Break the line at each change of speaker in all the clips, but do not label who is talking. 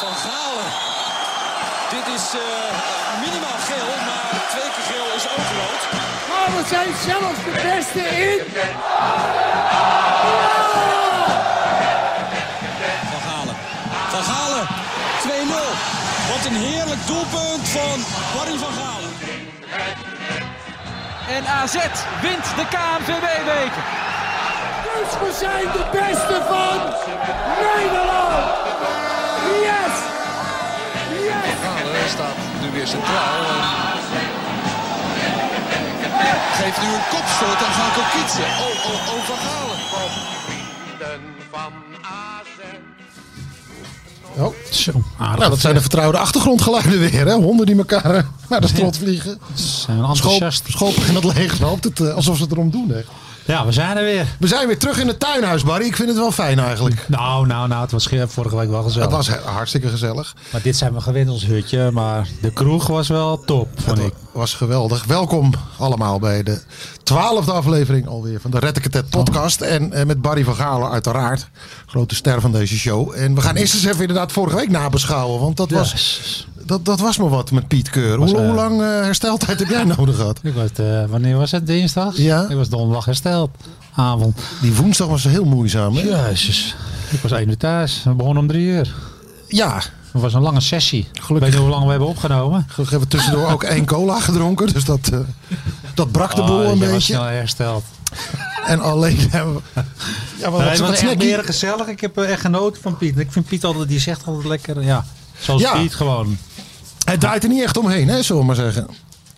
Van Galen. Dit is eh, minimaal geel, maar twee keer geel is ook rood.
Maar Oh, we zijn zelf de beste in.
Van Galen. Van Galen, 2-0. Wat een heerlijk doelpunt van Barry van Galen.
En AZ wint de KNVB-week.
Dus we zijn de beste van Nederland. Yes! Yes!
Galen staat nu weer centraal. en Geeft nu een kopstoot aan Gaan Kokitsen. Oh, oh, oh, Van Galen.
Oh. Nou, dat zijn de vertrouwde achtergrondgeluiden weer. Hè? Honden die elkaar eh, naar de strot vliegen.
zijn
School,
enthousiast.
schoolpijn dat leegloopt. Het, eh, alsof ze het erom doen. Hè.
Ja, we zijn er weer.
We zijn weer terug in het tuinhuis, Barry. Ik vind het wel fijn eigenlijk.
Nou, nou, nou, het was ge- vorige week wel gezellig.
Het was he- hartstikke gezellig.
Maar dit zijn we gewend ons hutje, maar de kroeg was wel top, vond ik.
Het was geweldig. Welkom allemaal bij de twaalfde aflevering alweer van de
Oh.
Retteket podcast. En eh, met Barry van Galen uiteraard. Grote ster van deze show. En we gaan eerst eens even inderdaad vorige week nabeschouwen. Want dat, was,
Yes.
dat, dat was me wat met Piet Keur.
Was,
Hoe, hoe
eh,
lang eh, hersteltijd heb jij nodig gehad?
Ik was, eh, wanneer was het? Dinsdag?
Ja.
Ik was donderdag hersteld. Avond.
Die woensdag was heel moeizaam. Hè?
Jezus. Ik was één uur thuis. We begonnen om drie uur.
Ja,
Het was een lange sessie.
Gelukkig.
Ik weet niet hoe lang we hebben opgenomen.
gelukkig hebben we tussendoor ook één cola gedronken. Dus dat, eh, dat brak de
Ah,
boel een
jij was
beetje. Oh,
snel hersteld.
En alleen hebben we... Ja, maar
Nee,
wat, wat
het was echt
snackie-
meer gezellig. Ik heb eh, echt genoten van Piet. Ik vind Piet altijd, die zegt altijd lekker, ja. Zoals
Ja.
Piet gewoon.
Hij draait er niet echt omheen, hè, zullen we maar zeggen.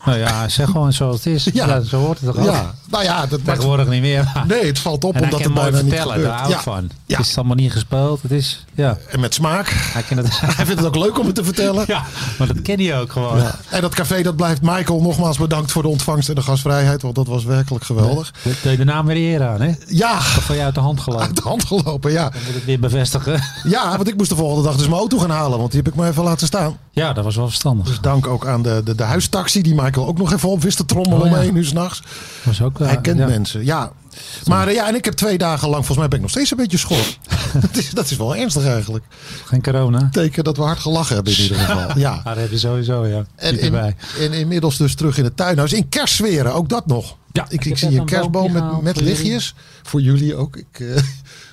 Nou ja, zeg gewoon zoals het is.
Ja.
Ja. zo hoort het toch ook.
Ja, nou ja, dat, maar-
Tegenwoordig niet meer. maar-
nee, het valt op
En hij
omdat
kan
het
mooi
bijna niet
vertellen,
gebeurt.
daar hou ik
ja.
van.
Ja.
Het is allemaal niet gespeeld. Het is, ja,
En met smaak.
hij kent het.
Hij vindt het ook leuk om het te vertellen.
ja, maar dat ken hij ook gewoon.
Ja. En dat café, dat blijft Michael nogmaals bedankt voor de ontvangst en de gastvrijheid. Want dat was werkelijk geweldig.
Dat deed de naam weer eer aan, hè?
Ja,
Van je uit de hand
uit
gelopen.
de hand gelopen, ja.
Moet ik weer bevestigen.
Ja, want ik moest de volgende dag dus mijn auto gaan halen. Want die heb ik maar even laten staan.
Ja, dat was wel verstandig.
Dus dank ook aan de, de, de huistaxi die Michael ook nog even op wist te trommelen
Oh, ja.
om één uur s'nachts.
was ook, eh,
Hij kent
ja.
mensen, ja. Maar eh, ja, en ik heb twee dagen lang, volgens mij ben ik nog steeds een beetje schor. dat, is, dat is wel ernstig eigenlijk.
Geen corona.
Teken dat we hard gelachen hebben in ieder geval.
Ah,
Ja.
daar heb je sowieso, ja.
En,
Ziet erbij.
in, en inmiddels dus terug in het tuinhuis. In kerstsferen, ook dat nog.
Ja,
ik, ik,
ik heb
zie
net
een
een
kerstboom
boompje
met,
gehaald
met
voor jullie.
lichtjes. Voor jullie ook. Ik, eh,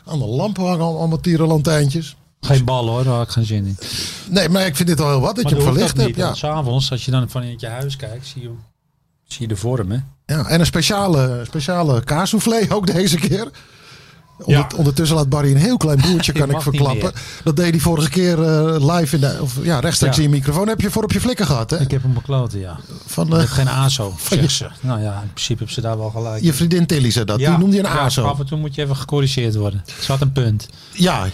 aan de lampen hangen al- allemaal tierenlantijntjes.
Geen bal hoor, daar had ik geen zin in.
Nee, maar ik vind dit al heel wat dat je hem verlicht hebt. Ja.
S'avonds, als je dan vanuit je huis kijkt, zie je, zie je de vorm, hè?
Ja, en een speciale, speciale kaassoufflé ook deze keer.
Ja.
Ondert- Ondertussen laat Barry een heel klein boertje, kan ik
mag niet
verklappen. Dat deed hij vorige keer eh, live in de, of, ja, rechtstreeks
Ja.
in je microfoon. Heb je voor op je flikken gehad, hè?
Ik heb hem bekloten, ja.
Van
Ik
eh,
heb geen ASO,
je-
zegt ze. Nou ja, in principe hebben ze daar wel gelijk.
je vriendin Tilly zei dat. Die noemde je een azo.
Af en toe moet je even gecorrigeerd worden. Er zat een punt.
Ja,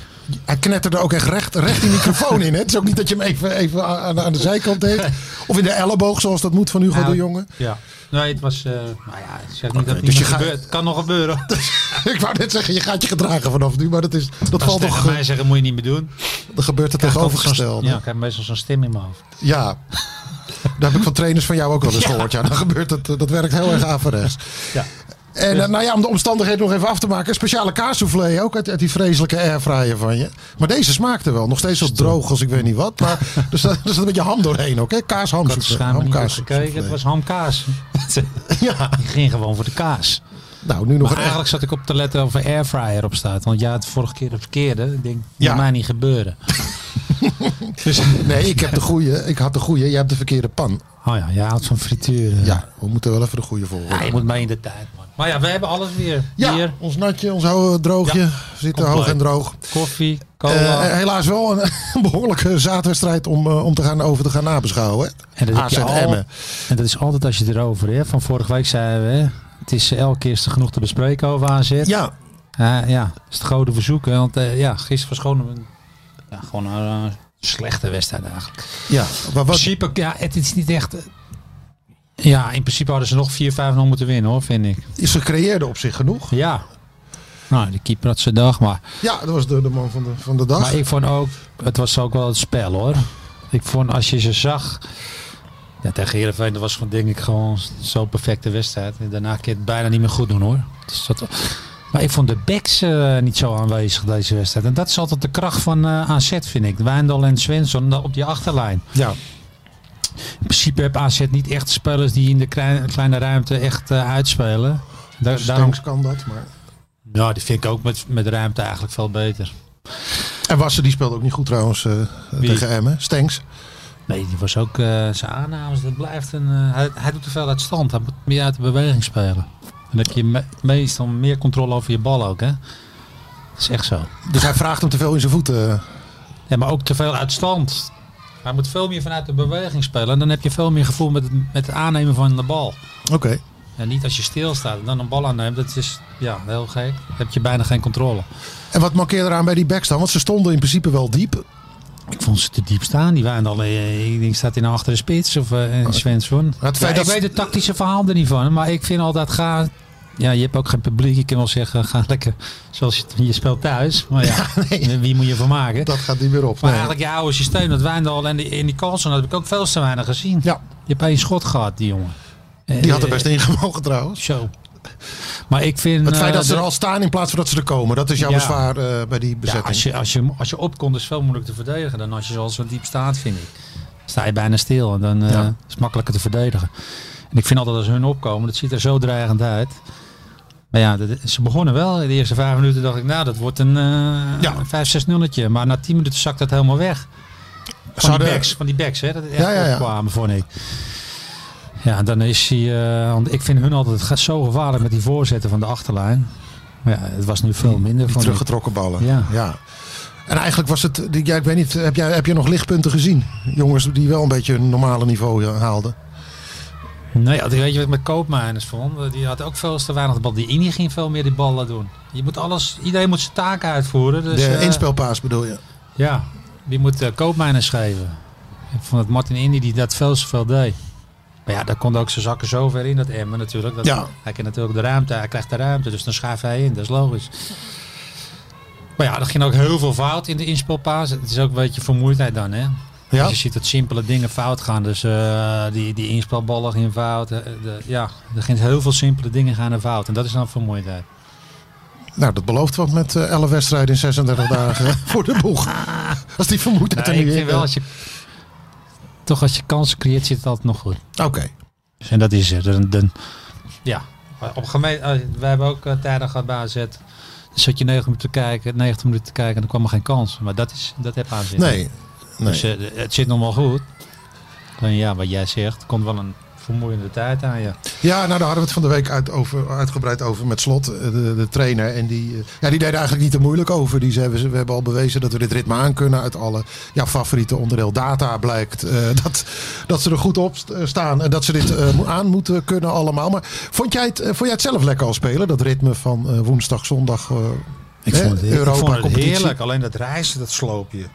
hij knetterde ook echt recht, recht die microfoon in. Hè? Het is ook niet dat je hem even, even aan, aan de zijkant deed. Of in de elleboog, zoals dat moet van
Nou.
Hugo de Jonge.
Ja. Nee, het was... eh nou ja, ik zeg niet dat het
dus
niet
je
meer
gaat-
gebeurt. Het kan nog gebeuren.
Ik wou net zeggen, je gaat je gedragen vanaf nu. Maar dat, is, dat
Als ze
valt
tegen
toch...
mij zeggen, moet je niet meer doen.
Er gebeurt het tegenovergestelde.
Ja,
Ja.
ik heb meestal zo'n stem in mijn hoofd.
Daar heb ik van trainers van jou ook wel eens gehoord. Ja, dan gebeurt het. eh, Dat werkt heel erg averechts.
Ja.
En eh, nou ja, om de omstandigheden nog even af te maken. Een speciale kaassoufflé ook uit, uit die vreselijke airfryer van je. Maar deze smaakte wel. Nog steeds zo droog als ik weet niet wat. Maar er zat, er zat een beetje ham doorheen ook. Hè? Kaas, ham,
Ik had schuim niet gekeken. Het was hamkaas.
Ja,
Ik ging gewoon voor de kaas.
nou nu nog
Maar
een
eigenlijk zat ik op te letten of er airfryer op staat. Want jij had vorige keer de verkeerde. Ik denk, dat
Ja.
moet mij niet gebeuren. dus,
Nee, ik heb de goede. Ik had de goede. Jij hebt de verkeerde pan.
oh ja, jij houdt van frituren.
Ja, we moeten wel even de goede volgen.
Ja, je moet mee in de tijd, man. Maar ja, we hebben alles weer.
Ja,
Bier,
ons natje, ons oude droogje.
Ja,
zit er
compleet.
hoog en droog.
koffie, cola.
Eh, helaas wel een, behoorlijke zaadwedstrijd om, eh, om te gaan, over te gaan nabeschouwen. hè.
En dat, heb
AZ
je al-
Emmen.
en dat is altijd als je het erover hebt. Van vorige week zeiden we, hè, het is eh, elke keer is er genoeg te bespreken over AZ. Ja,
Ja,
ja dat is het grote verzoek. hè, Want eh, ja, gisteren was gewoon een, ja, gewoon een eh, slechte wedstrijd eigenlijk. In
ja. Maar wat,
principe, ja, het is niet echt... eh, Ja, in principe hadden ze nog 4-5-0 moeten winnen hoor, vind ik.
is gecreëerde op zich genoeg?
Ja. Nou, de keeper had zijn dag, maar...
Ja, dat was de, de man van de, van de dag.
Maar ik vond ook, het was ook wel het spel hoor. Ik vond als je ze zag. Ja, tegen Heerenveen dat was gewoon denk ik gewoon zo'n perfecte wedstrijd. En daarna kun je het bijna niet meer goed doen hoor. Dus dat, Maar ik vond de backs eh, niet zo aanwezig deze wedstrijd. En dat is altijd de kracht van eh, AZ, vind ik. Wijndal en Svensson op die achterlijn.
Ja.
In principe heb AZ niet echt spelers die in de kleine, kleine ruimte echt eh, uitspelen. Daar, daarom,
Stanks kan dat. Maar...
ja, die vind ik ook met, met ruimte eigenlijk veel beter.
En Wassen die speelde ook niet goed trouwens eh, tegen Emmen. Stanks.
Nee, die was ook eh, zijn aannames. Dat blijft een, eh, hij, hij doet te veel uit stand. Hij moet meer uit de beweging spelen. En dan heb je me- meestal meer controle over je bal ook. Hè? Dat is echt zo.
Dus hij vraagt hem te veel in zijn voeten.
Ja, maar ook te veel uit stand. Hij moet veel meer vanuit de beweging spelen. En dan heb je veel meer gevoel met het, met het aannemen van de bal.
Oké.
En niet als je stilstaat en dan een bal aanneemt. Dat is ja, heel gek. Dan heb je bijna geen controle.
En wat mankeerde eraan bij die backs dan? Want ze stonden in principe wel diep.
Ik vond ze te diep staan. Die waren al, eh, ik denk, staat hij nou achter de spits of eh Svensson?
Oh. feit
Ja,
dat-
ik weet het tactische verhaal er niet van, maar ik vind altijd ga. Ja, je hebt ook geen publiek. Je kan wel zeggen, ga lekker zoals je, je speelt thuis. Maar ja, wie moet je van maken?
Dat gaat niet meer op.
maar
Nee.
eigenlijk je oude systeem, dat Wijndal en die, en die Carlson, dat heb ik ook veel te weinig gezien.
Ja,
Je hebt één schot gehad, die jongen. Eh,
die had er best in gemogen trouwens.
Zo. Maar ik vind...
Het feit Nou,
eh,
dat ze er
de-
al staan in plaats van dat ze er komen. Dat is jouw
Ja.
bezwaar eh, bij die
Ja,
bezetting.
als je, als, je, als je opkomt is het veel moeilijker te verdedigen dan als je al zo diep staat, vind ik. Sta je bijna stil en dan eh,
Ja.
is het makkelijker te verdedigen. En ik vind altijd als hun opkomen, dat ziet er zo dreigend uit. Maar ja, dat- ze begonnen wel. De eerste vijf minuten dacht ik, nou dat wordt een eh
Ja.
5-6 nulletje. Maar na tien minuten zakt dat helemaal weg. Van
Zouden-
die backs, van die backs hè. Dat het echt
Ja, ja, ja.
opkwamen, vond ik. Ja, dan is hij... eh, want ik vind hun altijd het gaat zo gevaarlijk met die voorzetten van de achterlijn. Maar ja, het was nu veel minder.
Die
vond ik.
teruggetrokken ballen.
Ja.
En eigenlijk was het, die- ja, ik weet niet, heb, jij, heb je nog lichtpunten gezien? Jongens die wel een beetje een normale niveau eh, haalden.
Nou ja, weet je wat ik met Koopmeiners vond? Die had ook veel te weinig de bal. Die Ini ging veel meer die ballen doen. Je moet alles, iedereen moet zijn taken uitvoeren. Dus,
de
eh,
inspelpaas bedoel je?
Ja, die moet eh Koopmeiners geven. Ik vond het Martin Indy die dat veel te veel deed. Maar ja, daar kon ook zijn zakken zo ver in, dat Emmen natuurlijk. Dat,
Ja.
Hij kent natuurlijk de ruimte, hij krijgt de ruimte, dus dan schuift hij in, dat is logisch. Maar ja, er ging ook heel veel fout in de inspelpaas. Het is ook een beetje vermoeidheid dan, hè?
Ja?
Dus je ziet dat simpele dingen fout gaan. Dus eh, die, die inspelballen gaan fout. Eh, de- ja, er gaan heel veel simpele dingen gaan er fout. En dat is dan vermoeidheid.
Nou, dat belooft wat met eh, 11 wedstrijden in 36 dagen voor de boeg. Als die vermoedheid
Nee,
er
Nou, ik eh,
nu in.
vind wel als je... Toch als je kansen creëert zit het altijd nog goed.
Oké.
Dus En dat is er. Dan, dan- ja, op een gemeen, eh, we hebben ook eh, tijden gehad bij AZ. Dan zat je 90 minuten te kijken, 90 minuten te kijken en dan kwam er geen kans. Maar dat, is, dat heb AZ.
Nee. nee.
Dus eh, het zit nog wel goed. Alleen ja, wat jij zegt, komt wel een vermoeiende tijd aan je.
Ja, nou daar hadden we het van de week uit over, uitgebreid over met slot, eh, de, de trainer. En die, eh, ja, die deed er eigenlijk niet te moeilijk over. Die zei, we, we hebben al bewezen dat we dit ritme aan kunnen. Uit alle ja, favoriete onderdeel data blijkt eh, dat, dat ze er goed op st- eh, staan. En dat ze dit eh, mo- aan moeten kunnen allemaal. Maar vond jij het, eh, vond jij het zelf lekker als speler? Dat ritme van eh, woensdag, zondag, eh, hè, Europa
ik vond het
competitie?
heerlijk, alleen dat reizen, dat sloop je.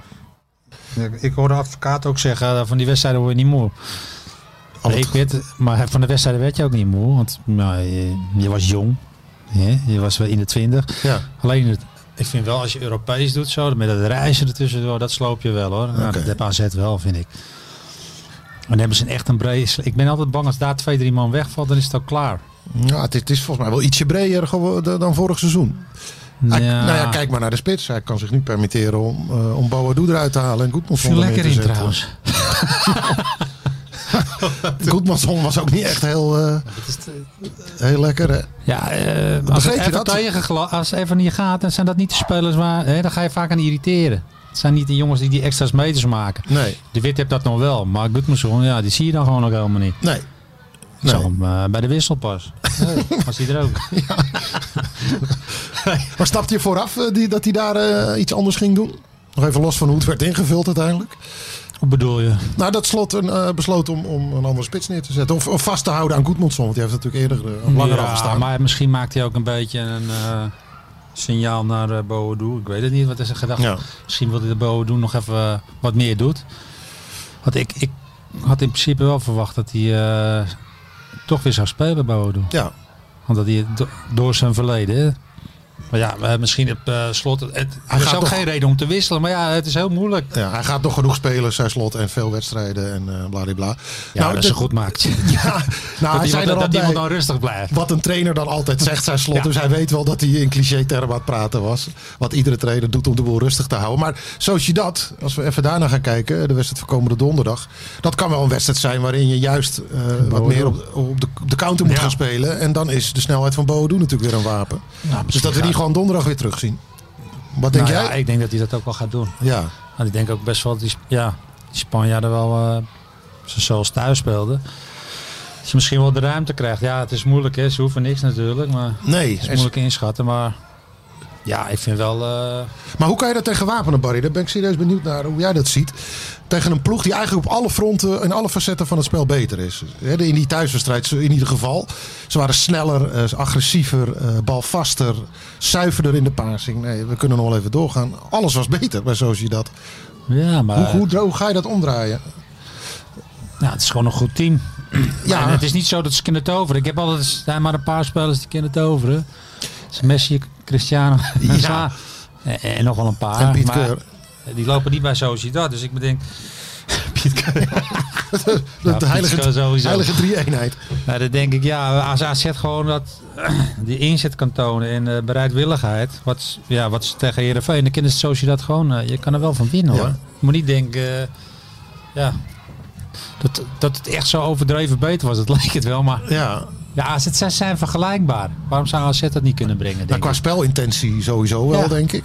Ik- Ik hoorde de advocaat ook zeggen, eh, van die wedstrijden word je niet moe.
Alle-
Nee, ik werd, maar van de wedstrijden werd je ook niet moe, want nou, je, je was jong. hè, Je was wel in de twintig.
Ja.
Alleen, het, ik vind wel als je Europees doet zo, met het reizen ertussendoor, dat sloop je wel hoor. Nou,
Oké.
dat heb AZ wel, vind ik. En dan hebben ze een echt een breed... Ik ben altijd bang als daar twee, drie man wegvalt, dan is het ook klaar.
Ja, het, is- het is volgens mij wel ietsje breder gewo- dan dan vorig seizoen. Hij- nou ja, kijk maar naar de spits. Hij kan zich nu permitteren om, eh om Boadu eruit te halen en Goedmanson
viel
erin
lekker
te
in
zetten.
trouwens.
Goedmanson was ook niet echt heel, eh, heel lekker. hè.
Ja, eh, als
Begreep
het
je
even
dat?
tegengela- als het even niet gaat, dan zijn dat niet de spelers waar... Hè, dan ga je vaak aan irriteren. Het zijn niet de jongens die die extra's meters maken.
Nee,
De Wit hebt dat nog wel, maar Goodmanson, ja, die zie je dan gewoon ook helemaal niet.
nee.
Ik zag
Nee.
hem eh, bij de wisselpas. was hij er ook.
Maar snapte je vooraf eh, die, dat hij daar eh, iets anders ging doen? Nog even los van hoe het werd ingevuld uiteindelijk.
Hoe bedoel je?
Nou, dat slot een, eh, besloot om, om een andere spits neer te zetten. Of, of vast te houden aan Goedmanson. Want die heeft natuurlijk eerder eh, langer
Ja,
afgestaan.
Maar misschien maakt hij ook een beetje een eh, signaal naar eh Boadu. Ik weet het niet, wat is er gedacht?
Ja.
Misschien wil hij de Boadu nog even eh, wat meer doet. Want ik, ik had in principe wel verwacht dat hij eh, toch weer zou spelen, Boadu.
Ja,
Omdat hij het do- door zijn verleden, hè, Maar ja, eh, misschien op eh, slot. Het, er is
gaat
ook
toch-
geen reden om te wisselen. Maar ja, het is heel moeilijk.
Ja, hij gaat nog genoeg spelen, zijn slot en veel wedstrijden en eh bladibla.
Ja, dat is
de-
een goed maakt.
Ja, nou, hij
dat
zei
iemand,
er al
dat iemand
bij.
dan rustig blijft.
Wat een trainer dan altijd zegt, zijn slot.
Ja.
Dus hij weet wel dat hij in cliché-termen aan het praten was. Wat iedere trainer doet om de boel rustig te houden. Maar zoals je dat, als we even daarna gaan kijken, de wedstrijd van komende donderdag. Dat kan wel een wedstrijd zijn waarin je juist eh, wat meer op, op de, op de counter moet gaan spelen. En dan is de snelheid van Boadu natuurlijk weer een wapen. dus dat we die
Nou, gaat-
gewoon donderdag weer terugzien. Wat denk
Nou
jij?
ja, ik denk dat hij dat ook wel gaat doen.
Ja.
Want ik denk ook best wel dat die, Sp- ja, die Spanjaarden wel, eh, ze zoals thuis speelden, dat ze misschien wel de ruimte krijgt. Ja, het is moeilijk, hè. ze hoeven niks natuurlijk, maar het
Nee.
is moeilijk inschatten. Maar ja, ik vind wel, eh,
Maar hoe kan je dat tegen wapenen, Barry? Daar ben ik serieus benieuwd naar hoe jij dat ziet. Tegen een ploeg die eigenlijk op alle fronten en alle facetten van het spel beter is. Hè, In die thuiswedstrijd in ieder geval. Ze waren sneller, eh, agressiever, eh, balvaster, zuiverder in de passing. Nee, we kunnen nog wel even doorgaan. Alles was beter bij Sociedad.
ja, maar
Hoe, hoe, hoe ga je dat omdraaien?
Nou, het is gewoon een goed team.
Ja.
Ja. En het is niet zo dat ze kunnen toveren. Ik heb altijd, er zijn maar een paar spelers die kunnen toveren. Dat is Messi, Cristiano,
Ja.
ja. en, en nog wel een paar.
En Piet
Ah, maar
Keur.
Die lopen niet bij Sociedad, dus ik bedenk,
De,
Ja,
de heilige,
Piet Keur sowieso.
heilige drie-eenheid.
Nou, dan denk ik, ja, als AZ gewoon dat, die inzet kan tonen en eh, bereidwilligheid, wat, s- ja, wat ze tegen Heerenveen, dan kunnen ze dat gewoon, eh, je kan er wel van winnen
Ja.
hoor. Je moet niet denken, eh, ja, dat, dat het echt zo overdreven beter was, dat leek het wel, maar
Ja,
de AZ zij zijn vergelijkbaar. Waarom zou AZ dat niet kunnen brengen,
maar
denk
qua
ik?
spelintentie sowieso wel,
Ja.
denk ik.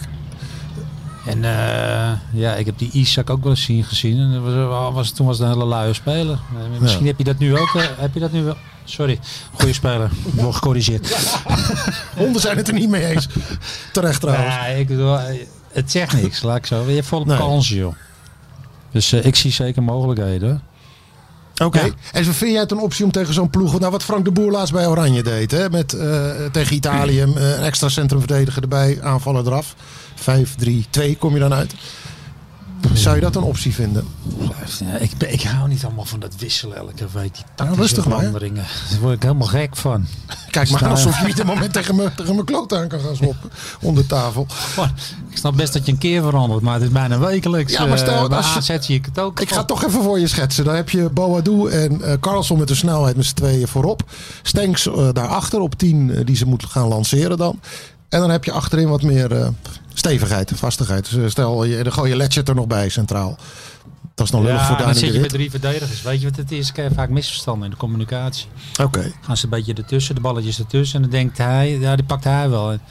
En eh, ja, ik heb die Isaac ook wel eens zien gezien en dat was, was, toen was het een hele luie speler. Eh, Misschien heb je dat nu ook, eh, heb je dat nu wel? Sorry, goede speler, ik word gecorrigeerd.
Honden zijn het er niet mee eens. Terecht trouwens.
Nee, ik bedoel, eh, het zegt niks, laat ik zo. Je hebt volop
Nee.
kansen, joh. Dus eh, ik zie zeker mogelijkheden.
Oké. En zo vind jij het een optie om tegen zo'n ploeg... Nou, wat Frank de Boer laatst bij Oranje deed. Hè? Met, eh, tegen Italië eh, een extra centrumverdediger erbij. Aanvallen eraf. 5-3-2 kom je dan uit. Zou je dat een optie vinden?
Ja, ik, ben- ik hou niet allemaal van dat wisselen elke week. Die tactische
rustig maar, hè.
veranderingen. Daar word ik helemaal gek van.
Kijk maar
Sta-
alsof je ieder moment tegen mijn, tegen mijn kloot aan kan gaan sloppen. Onder tafel.
Gewoon, ik snap best dat je een keer verandert, maar het is bijna wekelijks.
Ja, maar stel,
eh, bij
als je-
AZ zie ik het ook.
Ik ga het toch even voor je schetsen. Dan heb je Boadu en eh Carlson met de snelheid met z'n tweeën voorop. Stenks eh, daarachter op 10 eh, die ze moeten gaan lanceren dan. En dan heb je achterin wat meer eh, stevigheid, vastigheid. Dus eh, stel, je, dan gooi je Letchert er nog bij centraal. Dat is nog lullig
ja,
voor
dan
Dani
zit
de
je met
Wit.
drie verdedigers. Weet je wat het is? Ik heb vaak misverstanden in de communicatie.
Oké,
Gaan ze een beetje ertussen, de balletjes ertussen. En dan denkt hij, ja, die pakt hij wel. En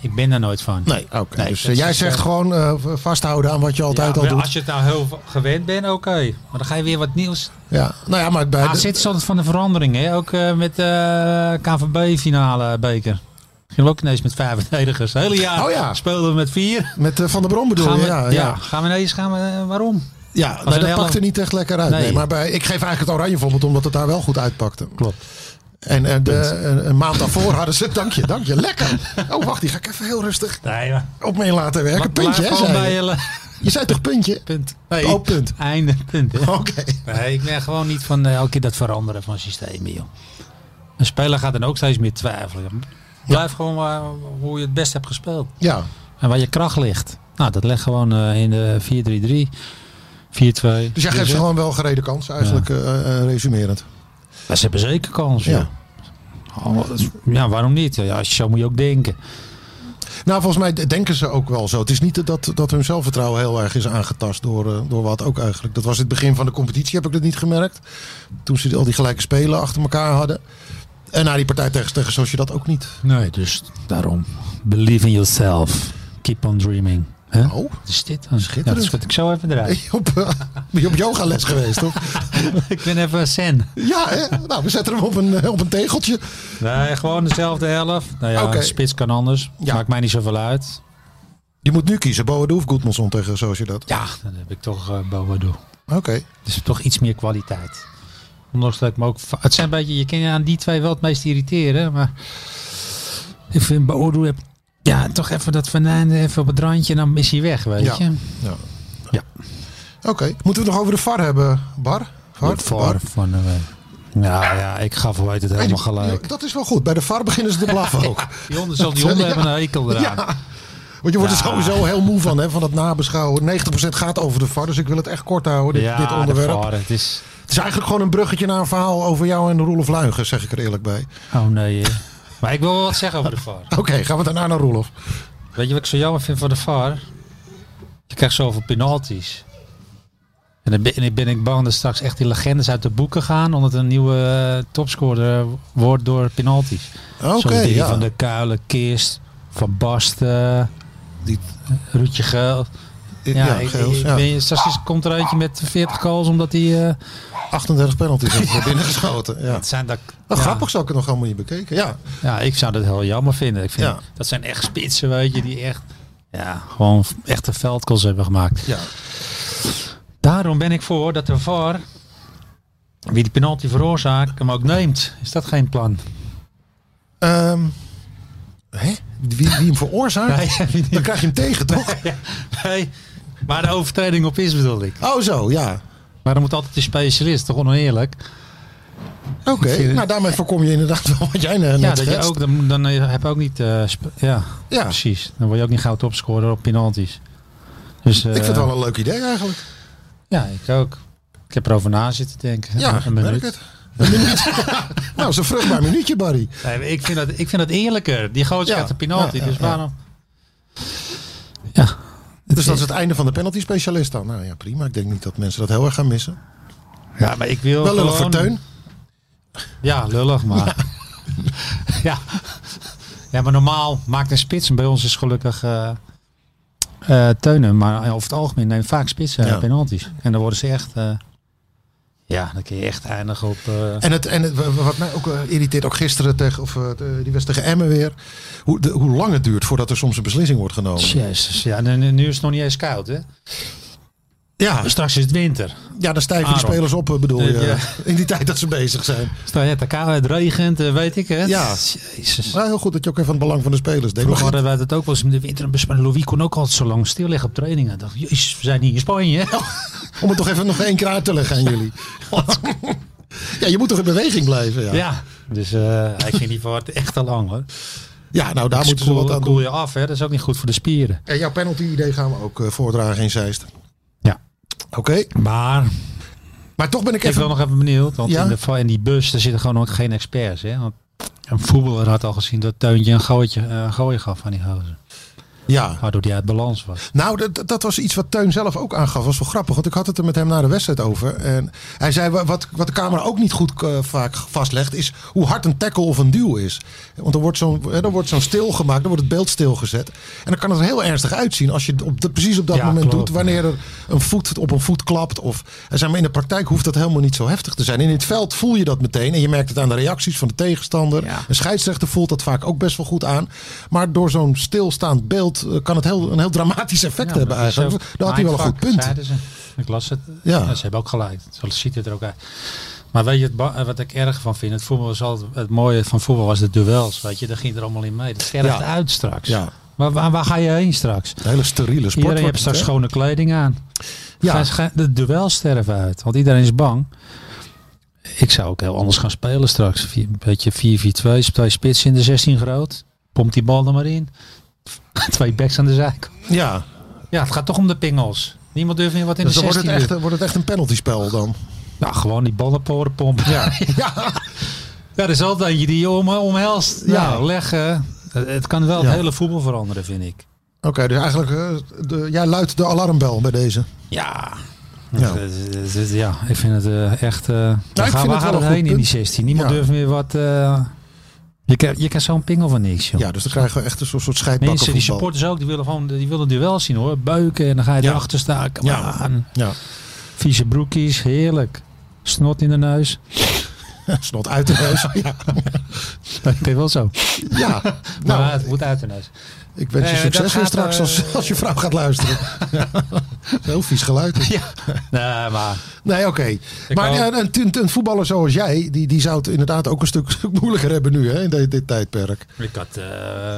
Ik ben daar nooit van.
nee, oké. dus eh,
dat
jij
is,
zegt
eh,
gewoon eh, v- vasthouden aan wat je altijd
Ja,
al
maar
doet.
Als je het nou heel v- gewend bent, oké. Maar dan ga je weer wat nieuws.
Ja, nou ja, maar bij de-
AZ is altijd van de verandering, hè? Ook eh, met de KVB-finale beker. Ging ook ineens met vijf verdedigers. Het hele jaar
Oh ja.
speelden we met vier.
met eh, Van der Brom bedoel
Gaan
je?
we,
ja,
ja,
ja.
gaan we ineens gaan we, eh, waarom?
ja
een
nee, dat
hele-
pakte niet echt lekker uit. Nee.
Nee.
maar bij, ik geef eigenlijk het oranje voorbeeld omdat het daar wel goed uitpakte.
Klopt.
En eh, de, een, een maand daarvoor hadden ze. Dank je, dank je. Lekker. Oh, wacht, die ga ik even heel rustig
Nee, maar...
op mee laten werken. Puntje, hè?
gewoon
Zei
bij
je.
je...
je zei toch puntje?
Punt. Nee.
Oh, punt.
Einde, punt. hè.
Oké.
Nee, ik ben gewoon niet van eh, elke keer dat veranderen van systemen, joh. Een speler gaat dan ook steeds meer twijfelen. Blijf gewoon waar, hoe je het best hebt gespeeld.
Ja.
En waar je kracht ligt. Nou, dat legt gewoon eh, in de 4-3-3. 4-2.
Dus jij geeft ze
eh,
gewoon wel gereden kans, eigenlijk eh eh, resumerend.
Maar ze hebben zeker kans.
Ja. Oh,
Ja. ja, waarom niet? Ja, als je zo moet je ook denken.
Nou, volgens mij d- denken ze ook wel zo. Het is niet dat, dat hun zelfvertrouwen heel erg is aangetast door, eh, door wat ook eigenlijk. Dat was het begin van de competitie, heb ik dat niet gemerkt. Toen ze al die gelijke spelen achter elkaar hadden. En na die partij tegen, tegen zoals je dat ook niet.
Nee, dus daarom. Believe in yourself. Keep on dreaming. Hè?
Oh,
Wat is dit dan? Ja,
Schitterend.
dat schud ik zo even
ben
eruit.
je op, eh, ben je op yogales geweest, toch?
ik ben even zen.
Ja, hè? nou, we zetten hem op een, eh, op een tegeltje.
Nee, gewoon dezelfde helft. Nou ja,
Oké.
de spits kan anders.
Ja.
Maakt mij niet zoveel uit.
Je moet nu kiezen, Boadu of Goedmanson tegen Sociedad.
Ja, dan heb ik toch uh, Boadu.
Oké.
Dus toch iets meer kwaliteit. Ondanks dat ik me ook... va- Het zijn een beetje... Je kan je aan die twee wel het meest irriteren, maar... Ik vind Bodo heb... Ja, toch even dat venijnen even op het randje en dan is hij weg, weet
Ja.
je.
Ja.
Ja.
Oké. Moeten we het nog over de VAR hebben, Bar? VAR?
Voor,
Bar?
van, eh, Ja, ja, ik gaf hoe heet het helemaal gelijk.
Dat is wel goed. Bij de VAR beginnen ze te blaffen ook.
Die honden, zelfs die honden
Ja.
hebben een hekel eraan.
Ja. Want je wordt er
Ja.
sowieso heel moe van, hè, van dat nabeschouwen. 90% gaat over de VAR, dus ik wil het echt kort houden, dit,
Ja,
dit onderwerp.
de VAR, het is...
Het is eigenlijk gewoon een bruggetje naar een verhaal over jou en Roelof Luigen, zeg ik er eerlijk bij.
Oh nee. hè. Maar ik wil wel wat zeggen over de VAR.
Oké, gaan we daarna naar Roelof.
Weet je wat ik zo jammer vind van de VAR? Je krijgt zoveel penalties. En dan ben, en dan ben ik bang dat straks echt die legendes uit de boeken gaan. Omdat er een nieuwe eh, topscorer wordt door penalties.
Oké,
Zoals die
ja.
Van de Kuilen, Kist, Van Basten, eh,
Die-
Ruudje Geel. Ja,
ja,
ik-
Geels,
ik
ja.
ben- straks is- komt er eentje met 40 goals omdat hij... eh,
38 penalties heeft hij binnengeschoten. Ja.
het zijn dat,
Nou,
ja.
Grappig zou ik het nog helemaal niet bekeken. Ja,
Ja, ik zou dat heel jammer vinden. Ik vind,
Ja.
Dat zijn echt spitsen, weet je, die echt ja, gewoon echte veldkels hebben gemaakt.
ja.
Daarom ben ik voor dat de VAR, wie die penalty veroorzaakt, hem ook neemt. Is dat geen plan?
Ehm, hè? Wie, wie hem veroorzaakt,
Nee, wie niet.
dan krijg je hem tegen, toch?
Nee, waar de overtreding op is bedoel ik.
Oh zo, ja.
Maar dan moet altijd de specialist, toch oneerlijk?
Oké,
vind het-
nou daarmee voorkom je inderdaad wel wat jij net
Ja, dat je
schetst.
ook, Dus, dan, dan heb je ook niet, eh, sp- ja,
Ja.
precies. Dan word je ook niet gauw topscorer op penalties. Dus,
Ik vind het wel een leuk idee eigenlijk.
Ja, ik ook. Ik heb erover na zitten denken.
Ja,
een
merk
minuut.
het. Een minuut. nou, zo'n vruchtbaar minuutje, Barry.
Nee, maar ik, vind dat, ik vind dat eerlijker. Die gozer
Ja,
gaat de penalty,
ja, ja,
dus
ja.
waarom... Ja.
Dus dat is het einde van de penalty specialist dan. Nou ja, prima. Ik denk niet dat mensen dat heel erg gaan missen.
Ja, maar ik wil
Wel lullig voor
gewoon-
Teun.
Ja, lullig, maar... Ja. ja. maar normaal maakt een spits... en bij ons is gelukkig eh eh, Teunen, maar over het algemeen neemt vaak spitsen eh,
Ja.
penalties. En dan worden ze echt... eh, ja, dan kun je echt eindigen op... eh,
En, het, en het, wat mij ook eh, irriteert, ook gisteren tegen, of, eh, die was tegen Emmen weer. Hoe, de, hoe lang het duurt voordat er soms een beslissing wordt genomen.
Jezus, ja, en, en nu is het nog niet eens koud, hè?
Ja,
Straks is het winter.
ja dan stijgen die
Aaron.
spelers op, eh, bedoel je.
Eh, ja.
In die tijd dat ze bezig zijn.
Sta je te koud, het regent, eh, weet ik het.
Ja.
Jezus.
Maar heel goed dat je ook even aan het belang van de spelers denkt. Maar
Vroeger hadden wij dat ook wel eens in de winter. Maar Louis kon ook altijd zo lang stil liggen op trainingen. Ik dacht, jezus, we zijn hier in Spanje. Oh, hè?
goed, om het toch even nog één keer uit te leggen aan jullie. ja, je moet toch in beweging blijven. Ja, ja.
Ja. Dus eh, hij ging niet voor het echt te lang hoor. Dus
nou daar moeten ze
Koel-
wat aan doen.
koel je af, hè? dat is ook niet goed voor de spieren.
En jouw penalty-idee gaan we ook eh, voordragen in Zeist.
Ja.
Oké,
Maar
maar toch ben ik
ik
even...
ben nog even benieuwd. Want
Ja?
in, de, va- in die bus daar zitten gewoon ook geen experts. Hè? Want een voetballer had al gezien dat Teuntje een gooitje, eh, een gooi gaf aan die gozer.
Ja.
Waardoor die uit balans was.
Nou, dat, dat was iets wat Teun zelf ook aangaf. was wel grappig, want ik had het er met hem na de wedstrijd over. En hij zei, wa- wat, wat de camera ook niet goed eh, vaak vastlegt... is hoe hard een tackle of een duw is. Want dan wordt zo'n hè, dan wordt zo'n stil gemaakt, dan wordt het beeld stilgezet. En dan kan het er heel ernstig uitzien als je het op de, precies op dat
Ja,
moment
klopt,
doet... wanneer er een voet op een voet klapt. Of, en zeg maar, in de praktijk hoeft dat helemaal niet zo heftig te zijn. In het veld voel je dat meteen. En je merkt het aan de reacties van de tegenstander.
Ja.
Een scheidsrechter voelt dat vaak ook best wel goed aan. Maar door zo'n stilstaand beeld eh, kan het heel, een heel dramatisch effect
Ja,
hebben
maar dat is
eigenlijk.
ook
Daar had hij wel een goed
mindfuck,
punt.
zeiden ze. Ik las het.
Ja.
Ja. Ze hebben ook gelijk. Zo ziet het er ook uit. Maar weet je het ba- eh, wat ik erg van vind? Het, voetbal was altijd, het mooie van voetbal was de duels. Weet je, daar ging er allemaal in mee. Dat sterft
Ja.
uit straks.
Ja.
Maar waar, waar ga je heen straks?
Een hele steriele sport.
Iedereen
wordt
heeft straks
het, hè?
schone kleding aan.
Ja.
Ja. de duel sterven uit. Want iedereen is bang. Ik zou ook heel anders gaan spelen straks. Vier- Een beetje 4-4-2. Twee spitsen in de 16 groot. Pompt die bal er maar in. Twee backs aan de zijkant.
Ja,
Ja, het gaat toch om de pingels. Niemand durft meer wat in
dus
de
dan wordt het,
16
echt,
doen.
wordt het echt een penalty spel dan.
Nou, gewoon die ballenporen pompen. Ja.
Ja,
er is altijd eentje die je om, omhelst.
Ja.
Nou, leggen. Het het kan wel
Ja.
het hele voetbal veranderen, vind ik.
oké, dus eigenlijk, eh, de, jij luidt de alarmbel bij deze.
Ja.
Ja. Nou,
Het- het- het- het- Ja, ik vind het eh, echt... eh waar
ik
gaan,
vind
waar
het wel
gaat
een
het
goed
heen in
punt.
die 16? Niemand
Ja.
durft meer wat... eh, je kan, je kan zo'n pingel van niks, joh.
Ja, dus dan krijgen we echt een soort, soort scheidbakken
Mensen, die
voetbal.
supporters ook, die willen gewoon die willen duel zien hoor. Beuken en dan ga je
Ja.
erachter staan. Kom
Ja.
aan.
Ja,
Vieze broekjes, heerlijk. Snot in de neus.
snot uit de neus. Ja,
Dat vind ik wel zo.
ja.
Nou,
nou,
het moet uit de neus.
ik wens je
eh, dat
succes weer
gaat,
straks als,
eh,
als je vrouw gaat luisteren. Heel vies geluid.
Ja. Nee, maar
Nee, oké. Maar
ook.
ja, een, een, een voetballer zoals jij, die, die zou het inderdaad ook een stuk, stuk moeilijker hebben nu hè, in dit, dit tijdperk.
ik had eh,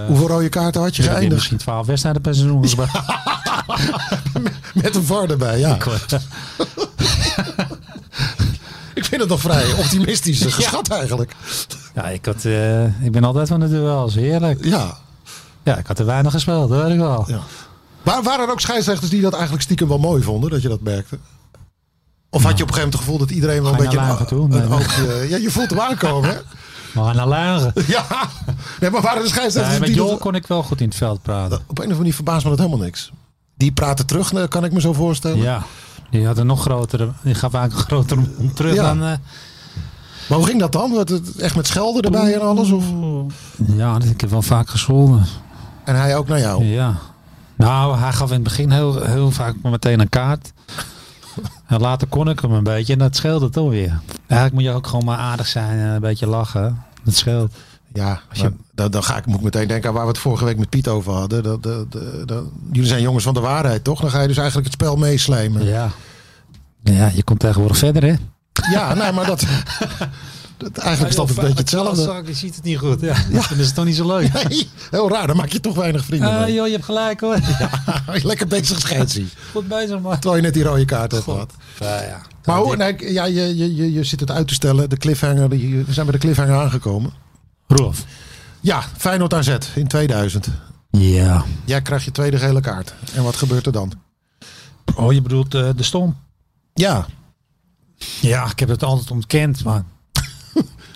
Hoeveel rode kaarten had je
ik heb hier
geëindigd?
misschien 12 wedstrijden per seizoen gespeeld.
Met een VAR erbij, ja.
Ik word-
Ik vind het toch vrij optimistisch geschat eigenlijk.
Ja, ik, had, eh, ik ben altijd van de duels. Heerlijk.
Ja.
Ja, ik had er weinig gespeeld, dat weet ik wel.
ja. Maar waren er ook scheidsrechters die dat eigenlijk stiekem wel mooi vonden, dat je dat merkte? Of had je op een gegeven moment het gevoel dat iedereen wel een
Nou. Ga je
beetje
naar
een,
lagen toe? Nee,
een
nee.
oogje- Ja, je voelt hem aankomen, hè?
Maar naar Lagen.
Ja. Nee, maar waren er scheidsrechters
Ja, met
die dat-
Jol kon ik wel goed in het veld praten.
Op een of andere manier verbaast me dat helemaal niks. Die praten terug, eh, kan ik me zo voorstellen.
Ja, die had een nog grotere. Die gaf eigenlijk een grotere mond terug
Ja.
dan. eh,
Maar hoe ging dat dan? Werd het echt met schelden erbij en alles? Of?
ja, ik heb wel vaak gescholden.
En hij ook naar jou?
Ja. Nou, hij gaf in het begin heel, heel vaak meteen een kaart. En later kon ik hem een beetje en dat scheelde toch weer. Eigenlijk moet je ook gewoon maar aardig zijn en een beetje lachen. Dat scheelt.
Ja, maar dan, dan ga ik, moet ik meteen denken aan waar we het vorige week met Piet over hadden. Dat, dat, dat- dat- jullie zijn jongens van de waarheid, toch? Dan ga je dus eigenlijk het spel meeslijmen. Ja,
Ja. Ja, je komt tegenwoordig verder hè.
nee, nou, maar dat, dat... Eigenlijk is dat een beetje hetzelfde.
Je ziet het niet goed. Ja. Dat is toch niet zo leuk.
Nee, heel raar, dan maak je toch weinig vrienden
Ah,
mee.
joh, je hebt gelijk hoor.
Lekker bezig scheidsie.
Goed bezig man.
Terwijl je net die rode kaart hebt gehad.
ja.
Maar hoe, nee, ja, je, je, je, je zit het uit te stellen. De cliffhanger, die, we zijn bij de cliffhanger aangekomen.
Rolf.
Ja, Feyenoord AZ in 2000.
Ja.
Jij krijgt je tweede gele kaart. En wat gebeurt er dan?
Oh, je bedoelt eh, de stom?
Ja,
Ja, ik heb het altijd ontkend, maar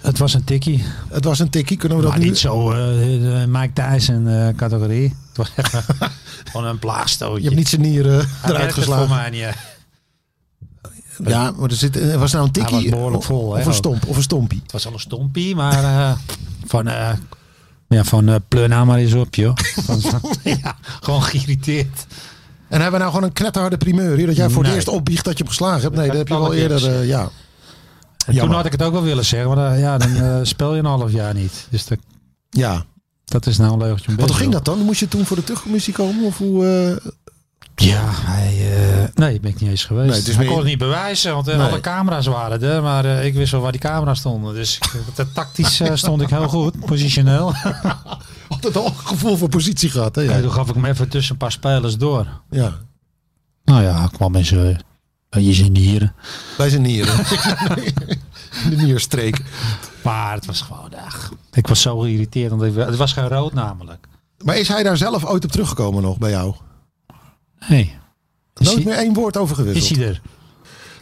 het was een tikkie.
het was een tikkie. Kunnen we dat
Maar
nu...
niet zo eh, eh, Mike Tyson eh, categorie. Het was echt gewoon een
Je
plaagstootje.
hebt niet zijn nieren
Hij
eruit
werkte voor
geslagen.
mij niet. eh.
Ja, maar er zit, er was nou een tikkie.
Hij was behoorlijk vol,
Of
hè,
een
ook.
stomp, of een stompie.
Het was al een stompie, maar eh, van... eh, ja, van eh pleur nou maar eens op, joh. Van- van- ja, gewoon geïrriteerd.
En hebben we nou gewoon een knetterharde primeur hier? Dat jij voor
Nee.
het eerst opbiecht dat je hem geslagen hebt? Nee, dat
Dat
heb je
kan
wel
ik
eerder...
eerlijk
eh, ja.
En toen
Jammer.
had ik het ook wel willen zeggen, maar eh, ja, dan eh, speel je een half jaar niet. Dus dat,
ja.
dat is nou een leugentje. om
Wat hoe
bezig
ging
te
dat dan? Moest je toen voor de terugcommissie komen? Of hoe, eh,
Ja, hij, eh, nee, ben ik niet eens geweest.
Nee, het is
hij
meer-
kon het niet bewijzen, want eh,
Nee.
alle camera's waren er. Maar eh, ik wist wel waar die camera's stonden. Dus ik- de tactisch eh, stond ik heel goed, positioneel.
Altijd al een gevoel voor positie gehad, hè?
En
Ja.
toen gaf ik hem even tussen een paar spelers door.
ja.
Nou ja, hij kwam in zijn in eh, je zenieren.
Bij zijn nieren. de nierstreek.
Maar het was gewoon, ach, ik was zo geïrriteerd. Want ik, het was geen rood namelijk.
Maar is hij daar zelf ooit op teruggekomen nog bij jou?
Nee, Is
Nooit
hij-
meer één woord over gewisseld.
is hij er?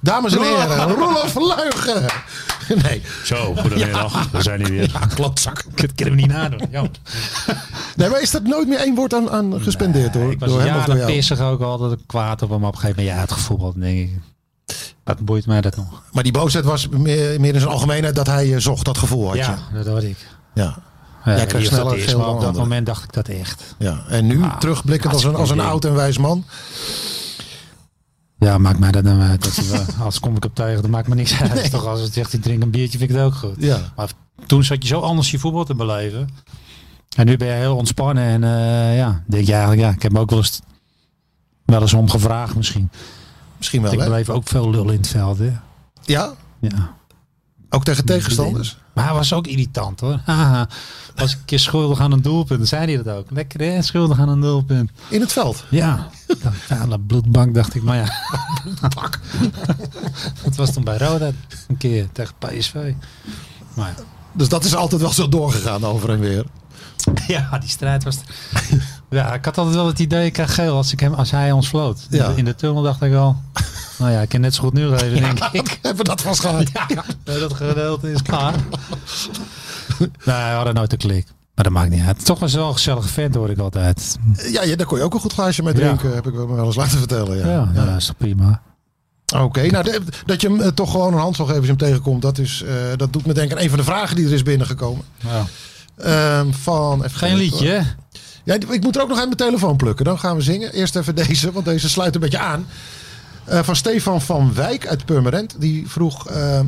Dames en heren, Roelof Luigen. Nee,
Zo, goedemiddag. We zijn hier weer. Ja, klapzak. Dat kunnen we niet nadoen. Jammer.
nee, maar is dat nooit meer één woord aan, aan gespendeerd hoor?
Ik was
door hem of door
jaren
jou?
pissig ook al dat ik kwaad op hem op een gegeven moment. Ja, uitgevoetbald denk ik. Wat boeit mij dat nog?
Maar die boosheid was meer, meer in zijn algemeenheid dat hij eh, zocht, dat gevoel had je.
dat hoor ik.
Ja,
Ja,
krijgt
niet of
sneller
dat
geel
is, maar
dan
op dat
anderen.
moment dacht ik dat echt.
ja. En nu terugblikkend als een, als een
idee.
oud en wijs man.
Ja, maakt mij dat nou uit. Dat hij wel- als kom ik op tegen, dan maakt me niks uit. Toch als het zegt, ik drink een biertje, vind ik het ook goed.
Ja.
Maar toen zat je zo anders je voetbal te beleven. En nu ben je heel ontspannen en eh, ja, denk je eigenlijk, ja, ik heb me ook wel eens, wel eens om gevraagd misschien.
Misschien wel,
ik
hè?
beleef ook veel lul in het veld, hè.
Ja,
Ja.
ook tegen tegenstanders.
Maar hij was ook irritant hoor. Haha. Was ik een keer schuldig aan een doelpunt, dan zei hij dat ook. Lekker hè, schuldig aan een doelpunt.
In het veld.
Ja, dacht, aan de bloedbank dacht ik, maar ja. Bloedbank. dat was toen bij Roda een keer tegen PSV. Maar
Dus dat is altijd wel zo doorgegaan over en weer.
ja, die strijd was... Ja, ik had altijd wel het idee, ik krijg geel als, ik hem, als hij ons floot. In de-
Ja.
In de tunnel dacht ik al, nou ja, ik kan net zo goed nu reden, denk ik.
Hebben we dat vast gehad?
Ja, dat gedeelte is klaar. nee, we hadden nooit de klik. Maar dat maakt niet uit. Toch was het wel een gezellige vent, hoor ik altijd.
Ja, ja, daar kon je ook een goed glaasje mee
Ja.
drinken, heb ik me wel eens laten vertellen.
Ja,
ja.
nou, dat is toch prima.
Oké, nou de- dat je hem eh, toch gewoon een hand zal geven als je hem tegenkomt, dat, is, eh, dat doet me denken aan een van de vragen die er is binnengekomen. Ehm, van, even
Geen
kijken
liedje,
hoor.
hè?
Ja, ik moet er ook nog uit mijn telefoon plukken. Dan gaan we zingen. Eerst even deze, want deze sluit een beetje aan. Eh, van Stefan van Wijk uit Purmerend. Die vroeg, eh,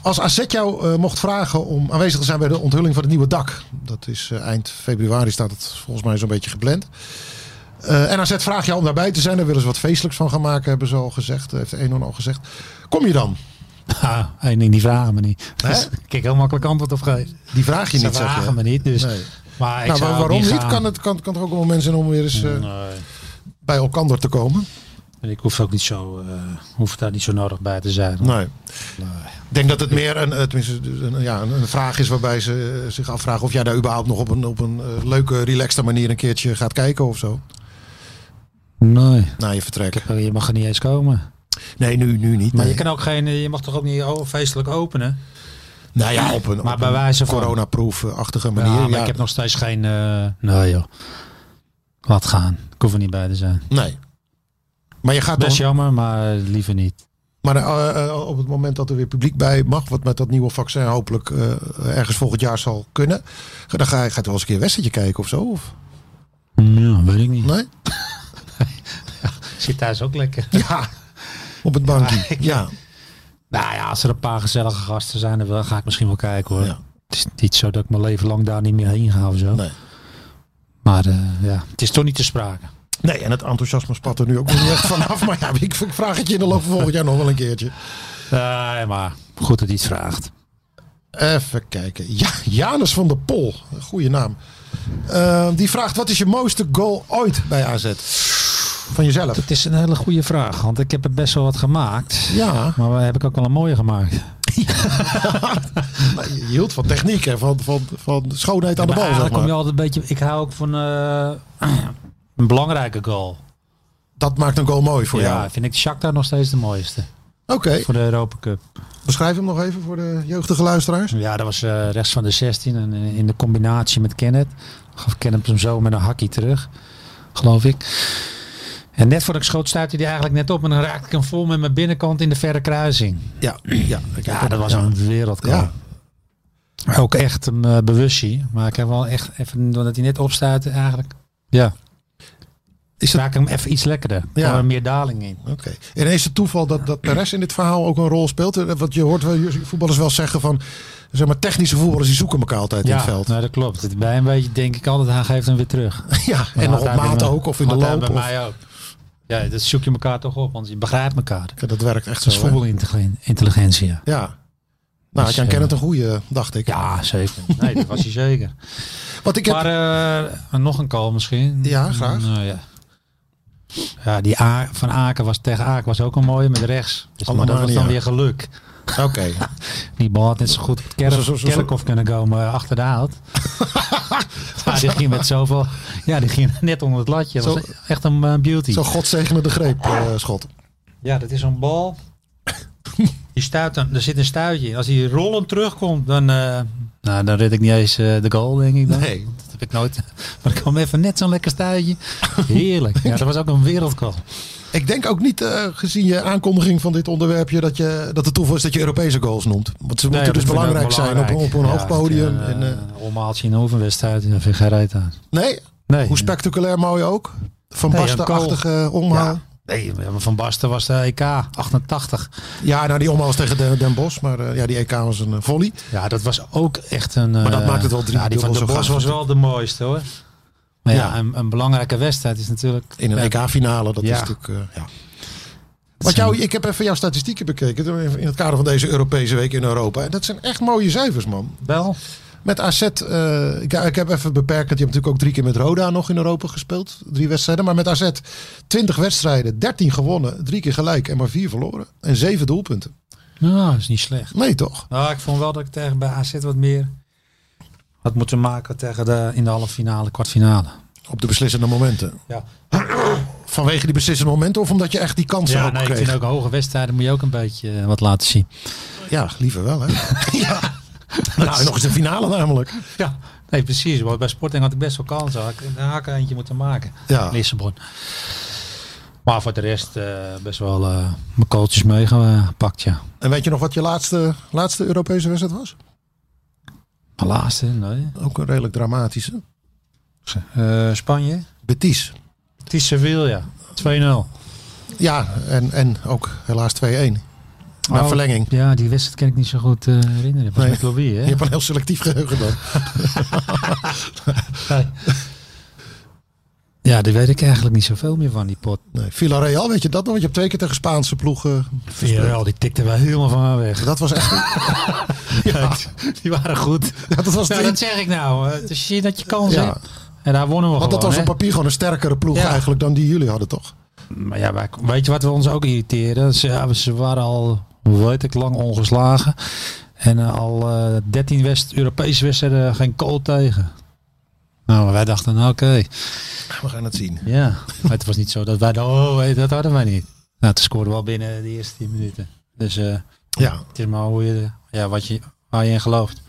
als AZ jou eh, mocht vragen om aanwezig te zijn bij de onthulling van het nieuwe dak. Dat is eh, eind februari staat het volgens mij zo'n beetje gepland. Eh, en AZ vraagt jou om daarbij te zijn. Daar willen ze wat feestelijks van gaan maken, hebben ze al gezegd. Heeft Enon al gezegd. Kom je dan?
Ha, één ding, die vragen me Nou, niet. Dus ik kan heel makkelijk antwoord op geven.
Die vraag je
Ze
niet, zeg
vragen
je.
me niet, dus...
Nee.
Maar ik
Nou,
zou
waar-
ook
waarom niet?
gaan.
Kan het kan, kan toch ook een moment zijn om weer eens eh,
Nee.
bij elkander te komen?
Ik hoef, ook niet zo, eh, hoef daar niet zo nodig bij te zijn.
Nee. Ik denk dat het meer een, eh, tenminste, een, ja, een, een vraag is waarbij ze eh, zich afvragen of jij daar überhaupt nog op een, op een eh, leuke, relaxte manier een keertje gaat kijken of zo.
Nee.
Na je vertrek.
Je mag er niet eens komen.
Nee, nu, nu niet.
Maar
nee.
je, kan ook geen, eh, je mag toch ook niet o- feestelijk openen?
Nou ja, op een,
Maar
op
bij
een
wijze van-
coronaproof-achtige manier.
Ja, maar
ja.
ik heb nog steeds geen... eh nee joh. Laat gaan. Ik hoef er niet bij te zijn.
Nee. Maar je gaat
Best
toch...
jammer, maar liever niet.
Maar eh, eh, op het moment dat er weer publiek bij mag, wat met dat nieuwe vaccin hopelijk eh, ergens volgend jaar zal kunnen, dan ga je, gaat er wel eens een keer een wedstrijdje kijken of zo. Of,
Ja, weet ik niet.
nee?
Zit thuis ook lekker.
Ja. Op het bankje. Ja.
Nou ja, als er een paar gezellige gasten zijn, dan wel- ga ik misschien wel kijken hoor.
Ja.
Het is niet zo dat ik mijn leven lang daar niet meer heen ga of zo.
Nee.
Maar eh, ja, het is toch niet te sprake.
Nee, en het enthousiasme spat er nu ook nog niet echt vanaf. Maar ja, ik ik vraag het je in de loop van volgend jaar nog wel een keertje.
Nee, maar goed dat hij het vraagt.
Even kijken. Ja, Janus van der Pol. Goeie naam. Eh, die vraagt, wat is je mooiste goal ooit bij AZ? Van jezelf.
Het is een hele goede vraag, want ik heb er best wel wat gemaakt.
Ja,
Maar waar heb ik ook wel een mooie gemaakt.
maar je hield van techniek en van, van, van schoonheid aan de
Maar
bal. Zeg
eigenlijk kom je
maar.
altijd een beetje... Ik hou ook van eh, een belangrijke goal.
Dat maakt een goal mooi voor
ja,
jou.
vind ik Shakhtar nog steeds de mooiste.
Oké,
Voor de Europa Cup.
beschrijf hem nog even voor de jeugdige luisteraars.
Ja, dat was eh, rechts van de 16 en eh, in de combinatie met Kenneth. Gaf Kenneth hem zo met een hakkie terug, geloof ik. En net voordat ik schoot stuitte hij eigenlijk net op en dan raakte ik hem vol met mijn binnenkant in de verre kruising.
Ja, ja,
Ja, dat was een wereldkal.
Ja.
Ook echt een eh bewustzijn. Maar ik heb wel echt even, doordat hij net opstuitte eigenlijk. Ja. Is Raak ik hem even iets lekkerder.
Ja.
Ja. Er meer daling in.
Oké. En is het toeval dat, dat Perez in dit verhaal ook een rol speelt? Eh, Want je hoort wel je voetballers wel zeggen van... Zeg maar, technische voetballers die zoeken elkaar altijd in het veld.
nou, dat klopt. Het- Bij een beetje denk ik altijd, hij geeft hem weer terug.
Ja,
Maar
en nog op
altijd
maat
bij me-
ook of in de
altijd
loop.
bij
of-
mij ook. Ja, dat zoek je elkaar toch op, want je begrijpt elkaar.
Ja, dat werkt echt
Dat is
zo. hè?
voetbalintelligentie. ja.
Ja. Nou, ik
Dus,
ken
eh,
het een goede, dacht ik.
Ja, zeker. Nee, dat was hij zeker.
Want ik heb...
Maar eh, nog een call misschien.
Ja, graag.
Nou, ja. ja, die A van Aken was tegen Aken was ook een mooie met rechts. Dus, maar dat was
Allemania.
dan weer geluk. eh,
Oké.
Die bal had net zo goed op het kerk,
Zo, zo, zo, zo.
Kerkhoff kunnen komen eh, achter de hout. ja, die ging met zoveel. Ja, die ging net onder het latje. Dat was echt een eh, beauty.
Zo'n godzegende greep, eh, schot.
Ja, dat is een bal. Die stuit dan, er zit een stuitje in. Als hij rollend terugkomt, dan, eh, nou, dan red ik niet eens eh, de goal, denk ik. Dan.
Nee.
Dat heb ik nooit. Maar ik kwam even net zo'n lekker stuitje. Heerlijk. Ja, dat was ook een wereldgoal.
Ik denk ook niet, eh, gezien je aankondiging van dit onderwerpje, dat, je, dat het toeval is dat je Europese goals noemt. Want ze moeten dus belangrijk, zijn op, een- op een hoog podium. en, eh,
Omhaaltje in een oefenwedstrijd, daar vind ik geen reet aan.
nee?
Nee.
Hoe spectaculair mooi ook. Van
Nee, een
Basten-achtige omhaal.
Ja.
Ja.
Nee, maar Van Basten was de E EK 88.
nou die omhaal was tegen Den, Den Bosch, maar eh, ja, die EK was een eh, volley.
Ja, dat was ook echt een... eh,
Maar dat maakt het wel drie
Ja, die van
dubbel
de
zo
Bos
gaaf.
was wel de mooiste hoor. Maar ja,
Ja.
een, een belangrijke wedstrijd is natuurlijk...
In een
Ja,
EK-finale, dat
Ja.
is natuurlijk... eh, ja. Want jou, ik heb even jouw statistieken bekeken in het kader van deze Europese week in Europa. En dat zijn echt mooie cijfers, man.
Wel?
Met AZ, eh, ik, ik heb even beperkt, want je hebt natuurlijk ook drie keer met Roda nog in Europa gespeeld. Drie wedstrijden. Maar met AZ 20 wedstrijden, 13 gewonnen, drie keer gelijk en maar vier verloren. En zeven doelpunten.
Nou, is niet slecht.
Nee, toch?
Nou, ik vond wel dat ik tegen bij AZ wat meer had moeten maken tegen de, in de halve finale, kwartfinale.
Op de beslissende momenten.
Ja,
Vanwege die beslissende momenten of omdat je echt die kansen
ja
ook
nee, ik
kreeg?
vind ook hoge wedstrijden moet je ook een beetje eh, wat laten zien.
Ja, liever wel, hè? ja. Nou, en nog eens de finale namelijk.
Ja, nee, precies. Want bij Sporting had ik best wel kans. Had ik een haken eentje moeten maken.
Ja.
Lissabon. Maar voor de rest eh, best wel eh, mijn kooltjes meegepakt, ja.
En weet je nog wat je laatste, laatste Europese wedstrijd was?
Maar laatste, nee.
Ook een redelijk dramatische.
Eh, Spanje.
Betis.
Het is Sevilla. 2-0.
Ja, en, en ook helaas 2-1. Na
Oh,
verlenging.
Ja, die wedstrijd kan ik niet zo goed eh, herinneren. Dat was
Nee.
met Lobby, hè?
Je hebt een heel selectief geheugen dan.
Nee. Ja, daar weet ik eigenlijk niet zoveel meer van, die pot.
Nee, Villarreal, weet je dat nog? Want je hebt twee keer tegen Spaanse ploegen.
Villarreal, die tikte wel helemaal van haar weg.
Dat was echt. ja,
Die waren goed.
dat was
Nou,
de-
dat zeg ik nou. eh, Dus zie je dat je kans
Ja.
hebt. En daar wonnen we
Want dat
gewoon,
was
hè?
op papier gewoon een sterkere ploeg
Ja.
eigenlijk dan die jullie hadden, toch?
Maar ja, wij, weet je wat we ons ook irriteren? Ze, ja, ze waren al, hoe weet ik, lang ongeslagen. En eh, al eh 13 West Europese wedstrijden geen kool tegen. Nou, maar wij dachten, nou, oké.
We gaan het zien.
Ja, maar het was niet zo dat wij, dachten, oh, hé, dat hadden wij niet. Nou, het scoorde wel binnen de eerste 10 minuten. Dus eh,
Ja.
het is maar hoe je, de- ja, wat je, waar je in gelooft.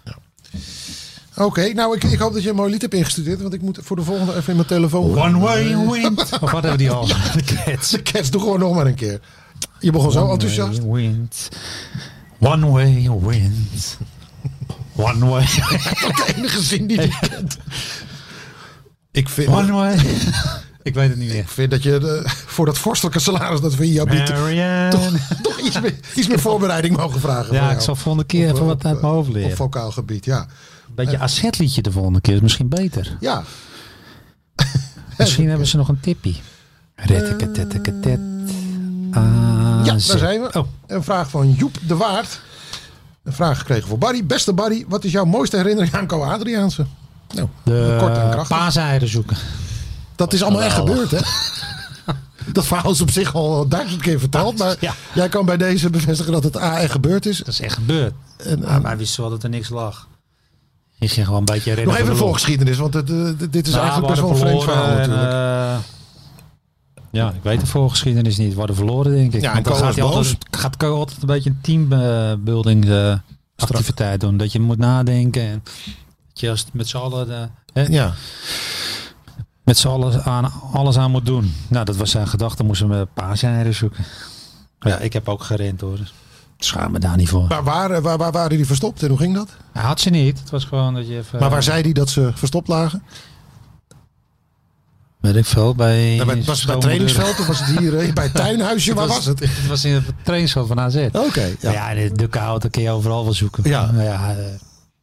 Oké, nou ik, ik hoop dat je een mooi lied hebt ingestudeerd. Want ik moet voor de volgende even in mijn telefoon. gaan.
wind. Of wat hebben die al? De Cats.
De cats, doe gewoon nog maar een keer. Je begon zo enthousiast.
One way wind. One way wind. One way.
De enige zin die je kent. Ik vind,
One way. Ik weet het niet meer.
ik vind dat je de- voor dat vorstelijke salaris dat we hier jou bieden...
Marianne.
toch iets meer, iets meer voorbereiding mogen vragen. van
Ja, ik
jou. eh,
zal volgende keer even wat uit mijn hoofd
Op
leren.
vocaal gebied, ja.
Een beetje AZ-liedje de volgende keer is misschien beter.
Ja,
Misschien hebben ze nog een tippie. Retteketetteketet. Ah,
ja daar
ze-
zijn we.
Oh,
Een vraag van Joep de Waard. Een vraag gekregen voor Barry. Beste Barry, wat is jouw mooiste herinnering aan Co Adriaanse? Nou, kort en
de
krachtig.
paaseieren zoeken.
Dat is allemaal echt
Geweldig.
gebeurd, hè? Dat verhaal is op zich al duizend keer verteld. Maar
Ja.
jij kan bij deze bevestigen dat het A echt gebeurd is.
Dat is echt gebeurd.
En, eh,
Maar wij wisten wel dat er niks lag. Je ging gewoon een beetje rennen.
nog
voor
even de
de lol.
voorgeschiedenis, want het, eh, dit- dit is
Nou,
eigenlijk
we
best wel een
hadden
vreemd verhaal
verloren
natuurlijk.
en, eh, ja, ik weet de voorgeschiedenis niet. We hadden verloren, denk ik.
Ja, en
Want dan
Ko
gaat
was
hij altijd, gaat Ko altijd een beetje een teambuilding eh activiteit doen. Dat je moet nadenken. En dat je als met z'n allen, de- hè,
Ja,
met z'n allen aan, alles aan moet doen. Nou, dat was zijn gedachte. Moesten we paaseieren zoeken. Ja, ik heb ook gerend hoor. Dus Schaam me daar niet voor.
maar waar, eh, waar, waar waren die verstopt en hoe ging dat?
Hij had ze niet. Het was gewoon dat je even...
Maar waar zei die dat ze verstopt lagen?
Weet ik veel. Bij,
Ja, bij- was het bij het trainingsveld of was het hier eh, bij het tuinhuisje? Waar was het?
Het was in het trainingsveld van AZ.
Oké,
Ja,
ja.
de, de koude kun je overal wel zoeken.
Ja.
Nou ja eh,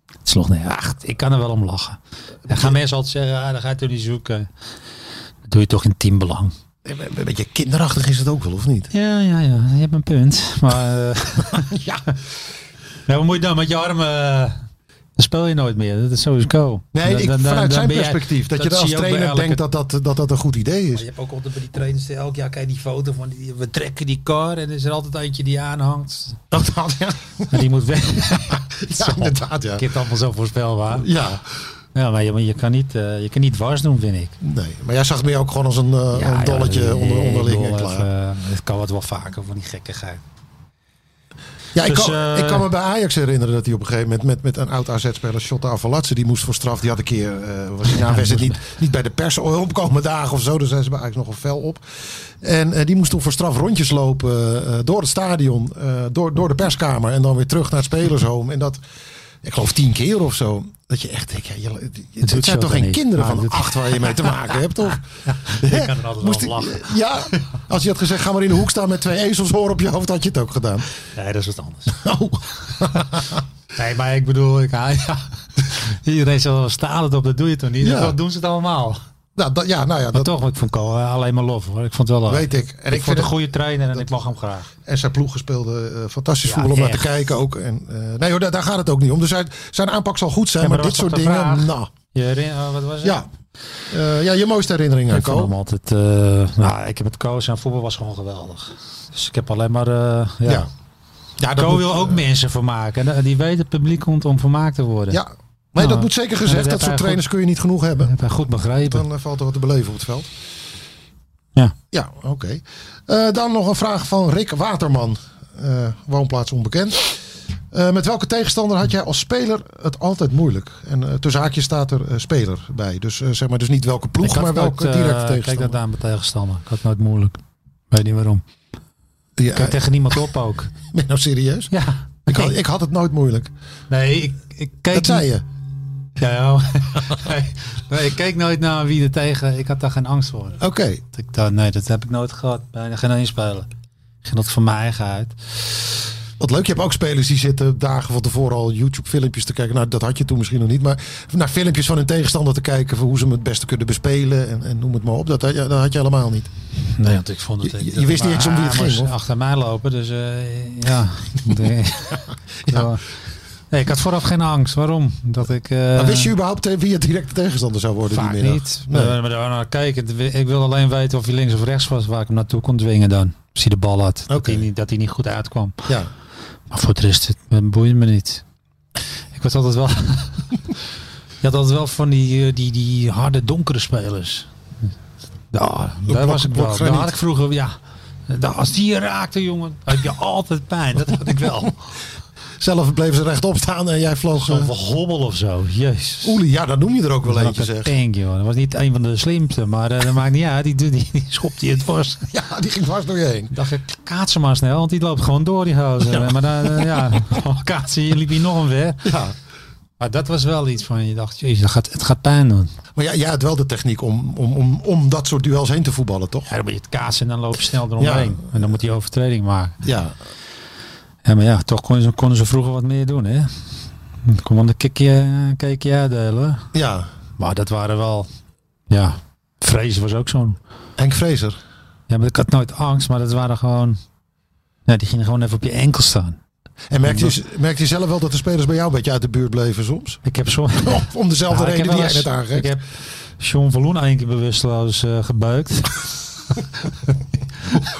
het sloeg neer. Ach, ik kan er wel om lachen. Dan gaan mensen altijd zeggen, ah, dan ga je toch niet zoeken. Dat doe je toch in teambelang.
Een beetje kinderachtig is het ook wel, of niet?
Ja, ja, ja. Je hebt een punt. Maar eh, ja. ja. Wat moet je dan met je armen? eh, Dan speel je nooit meer. Dat is sowieso.
Nee,
Dan-
ik,
dan- dan-
vanuit
dan
zijn
ben jij-
perspectief. dat, je er
zie
als
ook bij
trainer
elke
denkt dat dat, dat dat een goed idee
Maar
is.
je hebt ook altijd bij die trainers die elk jaar kijk die foto van die, we trekken die kar en er is er altijd eentje die aanhangt.
Dat had, ja.
En die moet weg.
ja, inderdaad, ja.
Ik heb het allemaal zo voorspelbaar.
Ja,
Ja, maar je, maar je kan niet, eh, je kan niet dwars doen, vind ik.
nee. Maar jij zag het meer ook gewoon als een, eh, een dolletje
ja,
onder,
ik
onderling en
bedoel,
klaar.
even, eh, het kan wat wel vaker van die gekkigheid.
ja, ik,
dus,
kan,
eh,
ik kan me bij Ajax herinneren dat hij op een gegeven moment met, met een oud AZ-speler, Shotta Avalatse, die moest voor straf, die had een keer, eh, was hij na een wedstrijd niet, niet bij de pers opkomen dagen of zo, daar zijn ze bij Ajax nogal fel op. En eh, die moest toen voor straf rondjes lopen eh, door het stadion, eh, door, door de perskamer en dan weer terug naar het spelershome. En dat, ik geloof tien keer of zo. Dat je echt denkt, ja, je- het,
doet
zijn
zo
toch
dan
geen
niet.
kinderen
Maar
van
dat doet-
acht waar je mee te maken hebt, of?
Ik kan er altijd
Moest
wel om
ik-
lachen.
Ja, als je had gezegd, ga maar in de hoek staan met twee ezelshoorn op je hoofd, had je het ook gedaan.
Nee, dat is wat anders.
Oh.
Nee, maar ik bedoel, ik, ah, ja. iedereen zal wel stalen op, dat doe je toch niet?
Ja.
Dat doen ze het allemaal. Maar
Nou, dat, ja, nou ja, dat
toch, ik vond Ko eh, alleen maar lof hoor. Ik vond het wel leuk.
weet ik. En, ik
ik vond
vind
het
het
een goede trainer en ik mag hem graag.
en zijn ploeg speelde eh, fantastisch
Ja,
voetbal om naar te
echt. kijken
kijken ook. En, eh, nee hoor, daar, daar gaat het ook niet om. Dus zijn, zijn aanpak zal goed zijn,
Ja, maar
maar, dit
dat was
soort
toch
dingen,
de vraag?
nou.
Je herinner- eh, wat was het?
Ja. Eh, ja, je mooiste herinnering aan
Ik vond hem
Ko.
altijd, eh, nou, ik heb het Ko, zijn voetbal was gewoon geweldig. Dus ik heb alleen maar, eh, ja.
Ja. Ja,
Ko
moet,
wil ook
eh,
mensen vermaken. En Die weet het publiek komt om vermaakt te worden.
Ja. Nee, dat
Nou,
moet zeker
en dat
gezegd. Dat
heeft
soort
hij
trainers kun je niet genoeg hebben.
Heb hij goed begrepen.
Dan eh, valt er wat te beleven op het veld.
Ja.
Ja, oké. Eh, dan nog een vraag van Rick Waterman. Eh, woonplaats onbekend. Eh, met welke tegenstander had jij als speler het altijd moeilijk? En eh, tussen haakjes staat er eh, speler bij. Dus eh, zeg maar dus niet welke
Ik
ploeg,
had
maar welke
nooit, eh,
directe
Kijk
tegenstander.
dat aan mijn tegenstander. Ik had nooit moeilijk. Weet niet waarom.
Ja,
Ik kijk tegen niemand op ook.
eh, ben je nou serieus?
Ja.
Ik had, ik had het nooit moeilijk.
Nee, ik, ik keek
dat zei
niet-
je.
Ja, ja. oh. nee, nee, ik keek nooit naar wie er tegen... Ik had daar geen angst voor.
Oké.
Dat Ik dacht, nee, dat heb ik nooit gehad. Bijna geen één speler. Ik ging dat van mijn eigen uit.
Wat leuk, je hebt ook spelers die zitten dagen van tevoren al YouTube-filmpjes te kijken. Nou, dat had je toen misschien nog niet. Maar naar filmpjes van hun tegenstander te kijken voor hoe ze hem het beste kunnen bespelen. En, en noem het maar op. Dat, had je- dat had je helemaal niet.
Nee, want ik vond het...
Je- je
dat
wist
ik
niet eens om wie het
maar
ging,
moest
of?
achter mij lopen, dus eh, ja. ja. Nee, ik had vooraf geen angst. Waarom? Dat ik. eh,
Maar wist je überhaupt eh, wie het directe tegenstander zou worden
Vaak
die middag?
niet.
Nee.
Maar, maar daar naar kijken. Ik wil alleen weten of hij links of rechts was, waar ik hem naartoe kon dwingen dan. Als hij de bal had. Dat,
Oké.
hij niet, dat hij niet goed uitkwam.
Ja.
Maar voor de rest, het boeide me niet. Ik was altijd wel... je had altijd wel van die, eh, die, die harde, donkere spelers. Ja, daar
blok-
was ik wel. Daar
blokgraniet.
had ik vroeger, ja... daar- Als die je raakte, jongen, had je altijd pijn. Dat had ik wel.
Zelf bleef ze rechtop staan en jij vloog...
Zo'n
eh,
hobbel of zo. Jezus.
Oeli, ja, dat noem je er ook wel eentje,
Welke
zeg.
tank, joh. Dat was niet een van de slimste, maar eh, dat maakt niet uit. Die, die, die schopte je het was.
Ja, die ging vast door je heen.
dacht ik, kaats hem maar snel, want die loopt gewoon door, die gozer. Maar dan, eh, ja, kaatsen, je liep hier nog een weg.
Ja.
Maar dat was wel iets van, je dacht, jezus, dat gaat, het gaat pijn doen.
Maar ja, jij had wel de techniek om, om, om, om dat soort duels heen te voetballen, toch?
Ja, dan moet je het kaatsen en dan loop je snel eromheen.
Ja.
En dan moet hij overtreding maken.
Ja.
Ja, maar ja, toch konden ze, konden ze vroeger wat meer doen, hè. Dan kon een kikje, keekje uitdelen. hoor.
Ja.
Maar dat waren wel, ja, vrees was ook zo'n
Henk Vrezer.
Ja, maar ik had nooit angst, maar dat waren gewoon... Ja, die gingen gewoon even op je enkel staan.
En merkte je, merkte je zelf wel dat de spelers bij jou een beetje uit de buurt bleven soms?
Ik heb zo... Ja,
Om- Om dezelfde
ik heb
reden
wel
die jij
eens-
net
Ik
aangeeft.
heb Sean Verloen één keer bewusteloos eh, gebeukt.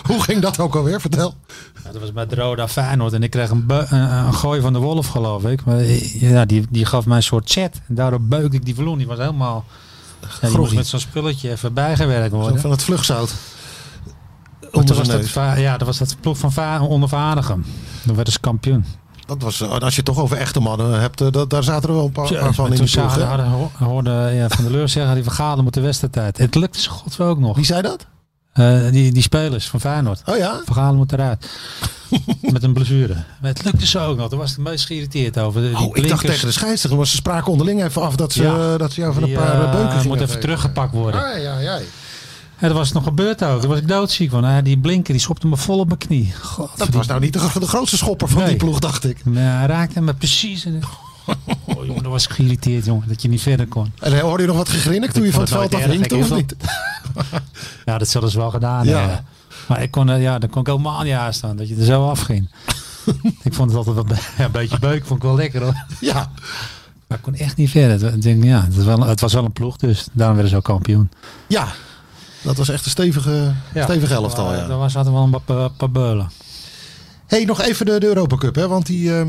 Hoe ging dat ook alweer? Vertel.
Ja, dat was met Roda Feyenoord en ik kreeg een, beu- een, een gooi van de Wolf, geloof ik. Maar eh, ja, die, die gaf mij een soort chat. En daardoor beukte ik die Verloen. Die was helemaal... Ja, die moest
Groggy.
met zo'n spulletje even bijgewerkt
Zo
worden.
Van het vluchtzout.
Maar Toen
Onder
was
zijn
dat,
neus.
va- ja, dat was dat ploeg van Va onder Vaardigem. Toen werden ze kampioen.
Dat was, eh, als je het toch over echte mannen hebt, eh, dat, daar zaten er wel een paar,
Ja,
paar van in
maar toen
die ploeg.
zagen-
hè?
hadden- ho- hoorde ja, Van der Leur zeggen, die vergaderen met de wedstrijd. Het lukte ze god ook nog.
Wie zei dat?
Eh, die, die spelers van Feyenoord.
Oh ja?
Vergaderen moet eruit. met een blessure. Maar het lukte ze ook nog. Daar was ik het meest geïrriteerd over. De- Die
Oh, ik dacht
blinkers,
tegen de scheidsrechter, maar ze spraken onderling even af dat ze,
Ja.
eh, dat ze jou van een
die,
paar
eh,
eh, beuken gingen
moet even
geven.
teruggepakt worden.
Ah, ja, ja.
En dat was nog gebeurd ook. Daar was ik doodziek van. Ah, die blinker die schopte me vol op mijn knie. God,
Dat was nou niet de, gro- de grootste schopper van
Nee.
die ploeg, dacht ik.
Hij raakte me precies. in de- Oh, jongen, dat was ik geïrriteerd, jongen. Dat je niet verder kon.
En eh, hoorde je nog wat gegrinnik toen je
Ik
van het
vond
veld
het nooit
af
erg,
hinkte,
ik
of
wist
niet?
Ja, dat zullen ze wel gedaan
Ja.
hebben. Maar ik kon, eh, ja, dan kon ik helemaal niet aanstaan dat je er zo afging. ik vond het altijd wel be- ja, een beetje beuk, vond ik wel lekker hoor.
Ja.
Maar ik kon echt niet verder. Het- Ik denk, ja, het was, wel, het was wel een ploeg, dus daarom werden ze ook kampioen.
ja, dat was echt een stevige, stevige elftal, ja.
Daar was hadden we wel een paar, paar beulen.
hey, nog even de, de Europa Cup, hè? want die, ehm,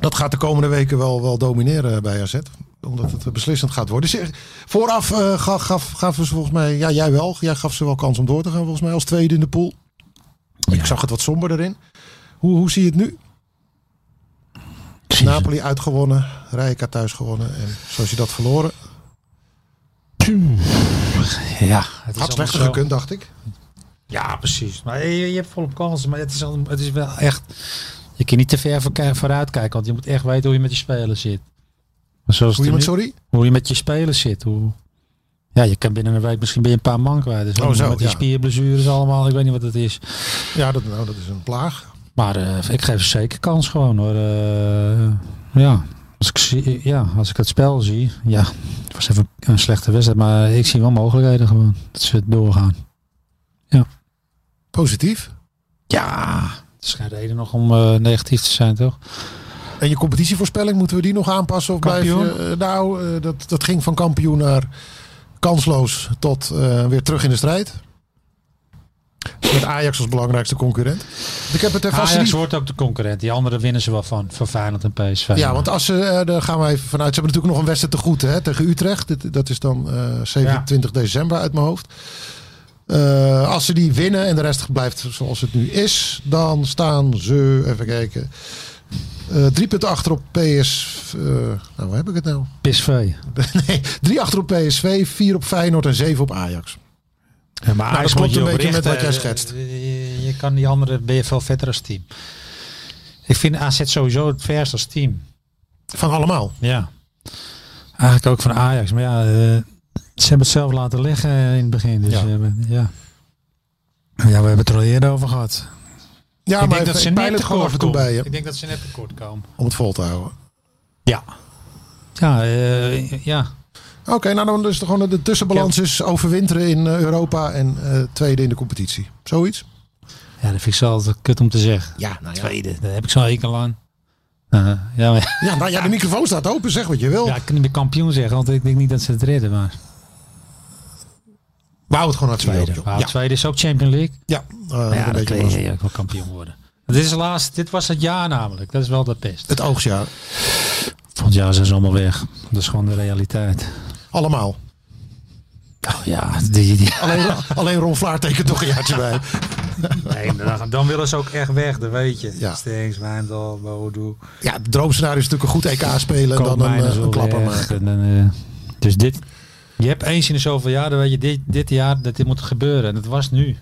dat gaat de komende weken wel, wel domineren bij AZ. Omdat het eh, beslissend gaat worden. Zeg, Vooraf eh, gaf, gaf, gaven ze volgens mij, ja jij wel, jij gaf ze wel kans om door te gaan volgens mij als tweede in de pool. Ik zag het wat somberder in. Hoe, hoe zie je het nu? Napoli uitgewonnen, Rijeka thuis gewonnen en zoals je dat verloren.
Ja, het is
Had
allemaal
slechter
zo.
gekund, dacht ik.
Ja, precies. Maar je, je hebt volop kansen, maar het is, al- het is wel echt... Je kan niet te ver voor- vooruit kijken, want je moet echt weten hoe je met je spelers zit. Maar zoals
Hoe
het
je
er
met,
nu-
sorry?
hoe je met je spelers zit. Hoe... Ja, je kan binnen een week misschien ben je een paar man kwijt. Dus
Oh,
allemaal
zo,
met die
ja.
spierblessures allemaal, ik weet niet wat het is.
Ja, dat, nou, dat is een plaag.
Maar eh, ik geef ze zeker kans gewoon hoor. Eh, ja. Als ik zie, eh, ja, als ik het spel zie, ja, het was even een slechte wedstrijd, maar ik zie wel mogelijkheden gewoon dat ze doorgaan.
Positief.
Ja, het is geen reden nog om eh, negatief te zijn toch?
En je competitievoorspelling, moeten we die nog aanpassen? Of blijf je,
Kampioen?
eh, nou, eh, dat, dat ging van kampioen naar kansloos tot eh, weer terug in de strijd. Met Ajax als belangrijkste concurrent. Want Ik heb het even als ze
Ajax
die-
wordt ook de concurrent, die anderen winnen ze wel van, van Feyenoord en PSV.
Ja, want als ze, eh, daar gaan we even vanuit. Ze hebben natuurlijk nog een wedstrijd te goed hè, tegen Utrecht. Dit- Dat is dan eh, 27 december uit mijn hoofd. Eh, als ze die winnen en de rest blijft zoals het nu is, dan staan ze, even kijken, Eh drie punten achter op PS. eh, nou, waar heb ik het nou?
PSV.
nee, drie achter op PSV, vier op Feyenoord en zeven op Ajax.
Ja, maar Ajax
dat
moet
klopt een
je
beetje met
oprichten.
wat jij schetst.
Je, je kan die andere ben je veel verder als team. Ik vind AZ sowieso het verst als team.
Van allemaal.
Ja. Eigenlijk ook van Ajax. Maar ja, eh, ze hebben het zelf laten liggen in het begin. Dus
Ja.
ja. ja. ja, we hebben het er al eerder over gehad.
Ja,
ik
maar
denk dat ze net
het gewoon af
tekort
en toe
komen.
bij je
Ik denk dat ze net tekort komen.
om het vol te houden.
Ja. Ja, eh, ja.
Oké, nou dan is het gewoon de tussenbalans is overwinteren in eh, Europa en eh, tweede in de competitie. Zoiets.
ja, dat vind ik zo altijd kut om te zeggen.
Ja, nou
Tweede, daar heb ik zo'n hekel aan. Eh, ja, maar,
Ja, nou ja, de microfoon staat open. Zeg wat je wil.
ja, ik kan niet meer kampioen zeggen, want ik denk niet dat ze het redden. Maar
We houden het gewoon naar tweede.
tweede,
joh.
maar tweede is ook Champions League.
Ja, ja, eh,
ja,
een
dan
beetje
kun
was
je ook wel kampioen worden. Dit, is helaas, dit was het jaar namelijk. Dat is wel dat best.
het oogstjaar.
Volgend jaar zijn ze allemaal weg. Dat is gewoon de realiteit.
Allemaal.
Oh ja, die, die,
Alleen, alleen Ron Vlaar tekent toch een jaartje bij.
Nee, dan, dan willen ze ook echt weg, dat weet je.
Ja.
Stengs, Wijndal, Bodo.
Ja, het droomscenario is natuurlijk een goed EK spelen en dan een,
Koopmijnen
eh, een
zullen
klapper
weg.
maken.
En dan, eh, dus dit, je hebt eens in de zoveel jaar, dan weet je dit, dit jaar dat dit moet gebeuren. En dat was nu.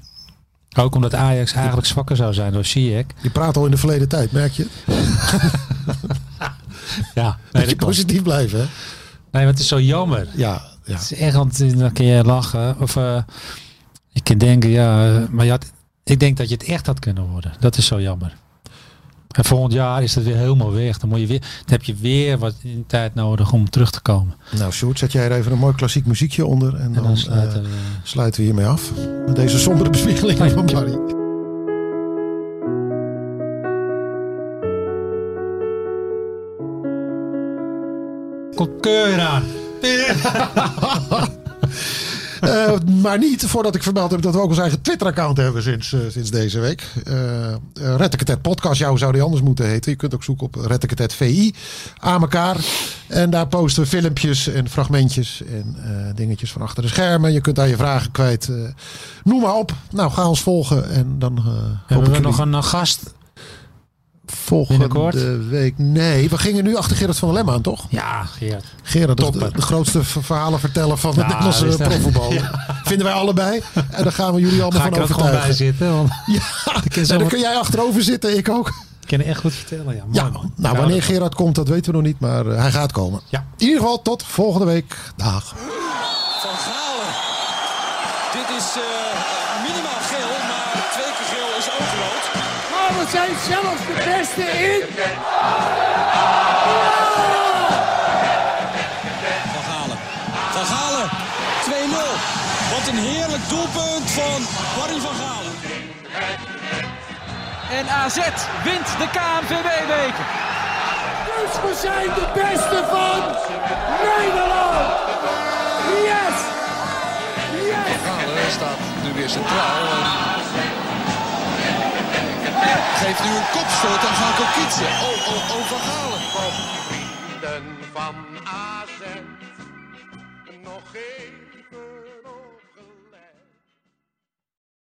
Ook omdat Ajax eigenlijk zwakker zou zijn door Ziyech.
Je praat al in de verleden tijd, merk je?
Ja, nee,
Dat je
dat klopt.
positief blijven. hè?
nee, want het is zo jammer.
Ja, ja.
Het is echt, want eh, dan kun je lachen. Of eh, je kunt denken, ja, eh, maar je had, ik denk dat je het echt had kunnen worden. Dat is zo jammer. En volgend jaar is dat weer helemaal weg. Dan, moet je weer, dan heb je weer wat in tijd nodig om terug te komen.
Nou, Sjoerd, zet jij er even een mooi klassiek muziekje onder. En
En
dan,
dan sluit
eh,
er, eh,
sluiten we hiermee af. Met deze sombere bespiegeling van Barry.
komt keur aan.
Eh, maar niet voordat ik vermeld heb dat we ook ons eigen Twitter-account hebben sinds, eh, sinds deze week. Eh eh, Retteketet Podcast, jou zou die anders moeten heten. Je kunt ook zoeken op Retteketet VI aan elkaar. En daar posten we filmpjes en fragmentjes en eh, dingetjes van achter de schermen. Je kunt daar je vragen kwijt. eh, noem maar op. Nou, ga ons volgen en dan eh hoop
Hebben
ik
we nog
jullie
een eh, gast?
volgende
binnenkort?
week. Nee, we gingen nu achter Gerard van der Lem aan, toch?
Ja, Geert.
Gerard, dat is de,
Topper.
de grootste ver- verhalen vertellen van het
Ja,
Nederlandse
dat is de-
profvoetbal. Vinden wij allebei. En daar gaan we jullie allemaal
Ga ik
van
er ook gewoon
overtuigen.
bij zitten? Want
Ja, en
ik ken,
dan
zomaar-
kun jij achterover zitten, ik ook.
ik kan echt goed vertellen. Ja,
Ja,
man.
nou, wanneer
dat-
Gerard komt, dat weten we nog niet, maar eh, hij gaat komen.
Ja.
In ieder geval, tot volgende week. Dag.
Van Galen. Dit is eh, minimaal geel, maar twee keer geel is ook rood.
Maar Oh, we zijn zelfs de beste in.
Van Galen. Van Galen. 2-0. Wat een heerlijk doelpunt van Barry van Galen.
En AZ wint de KNVB-beker.
Dus we zijn de beste van Nederland. Yes! Yes!
Galen staat nu weer centraal. en Geeft nu een kopstoot aan Gaan Kokitsen. Oh, oh, oh, Van Galen.
Kopspielen van AZ. Nog één.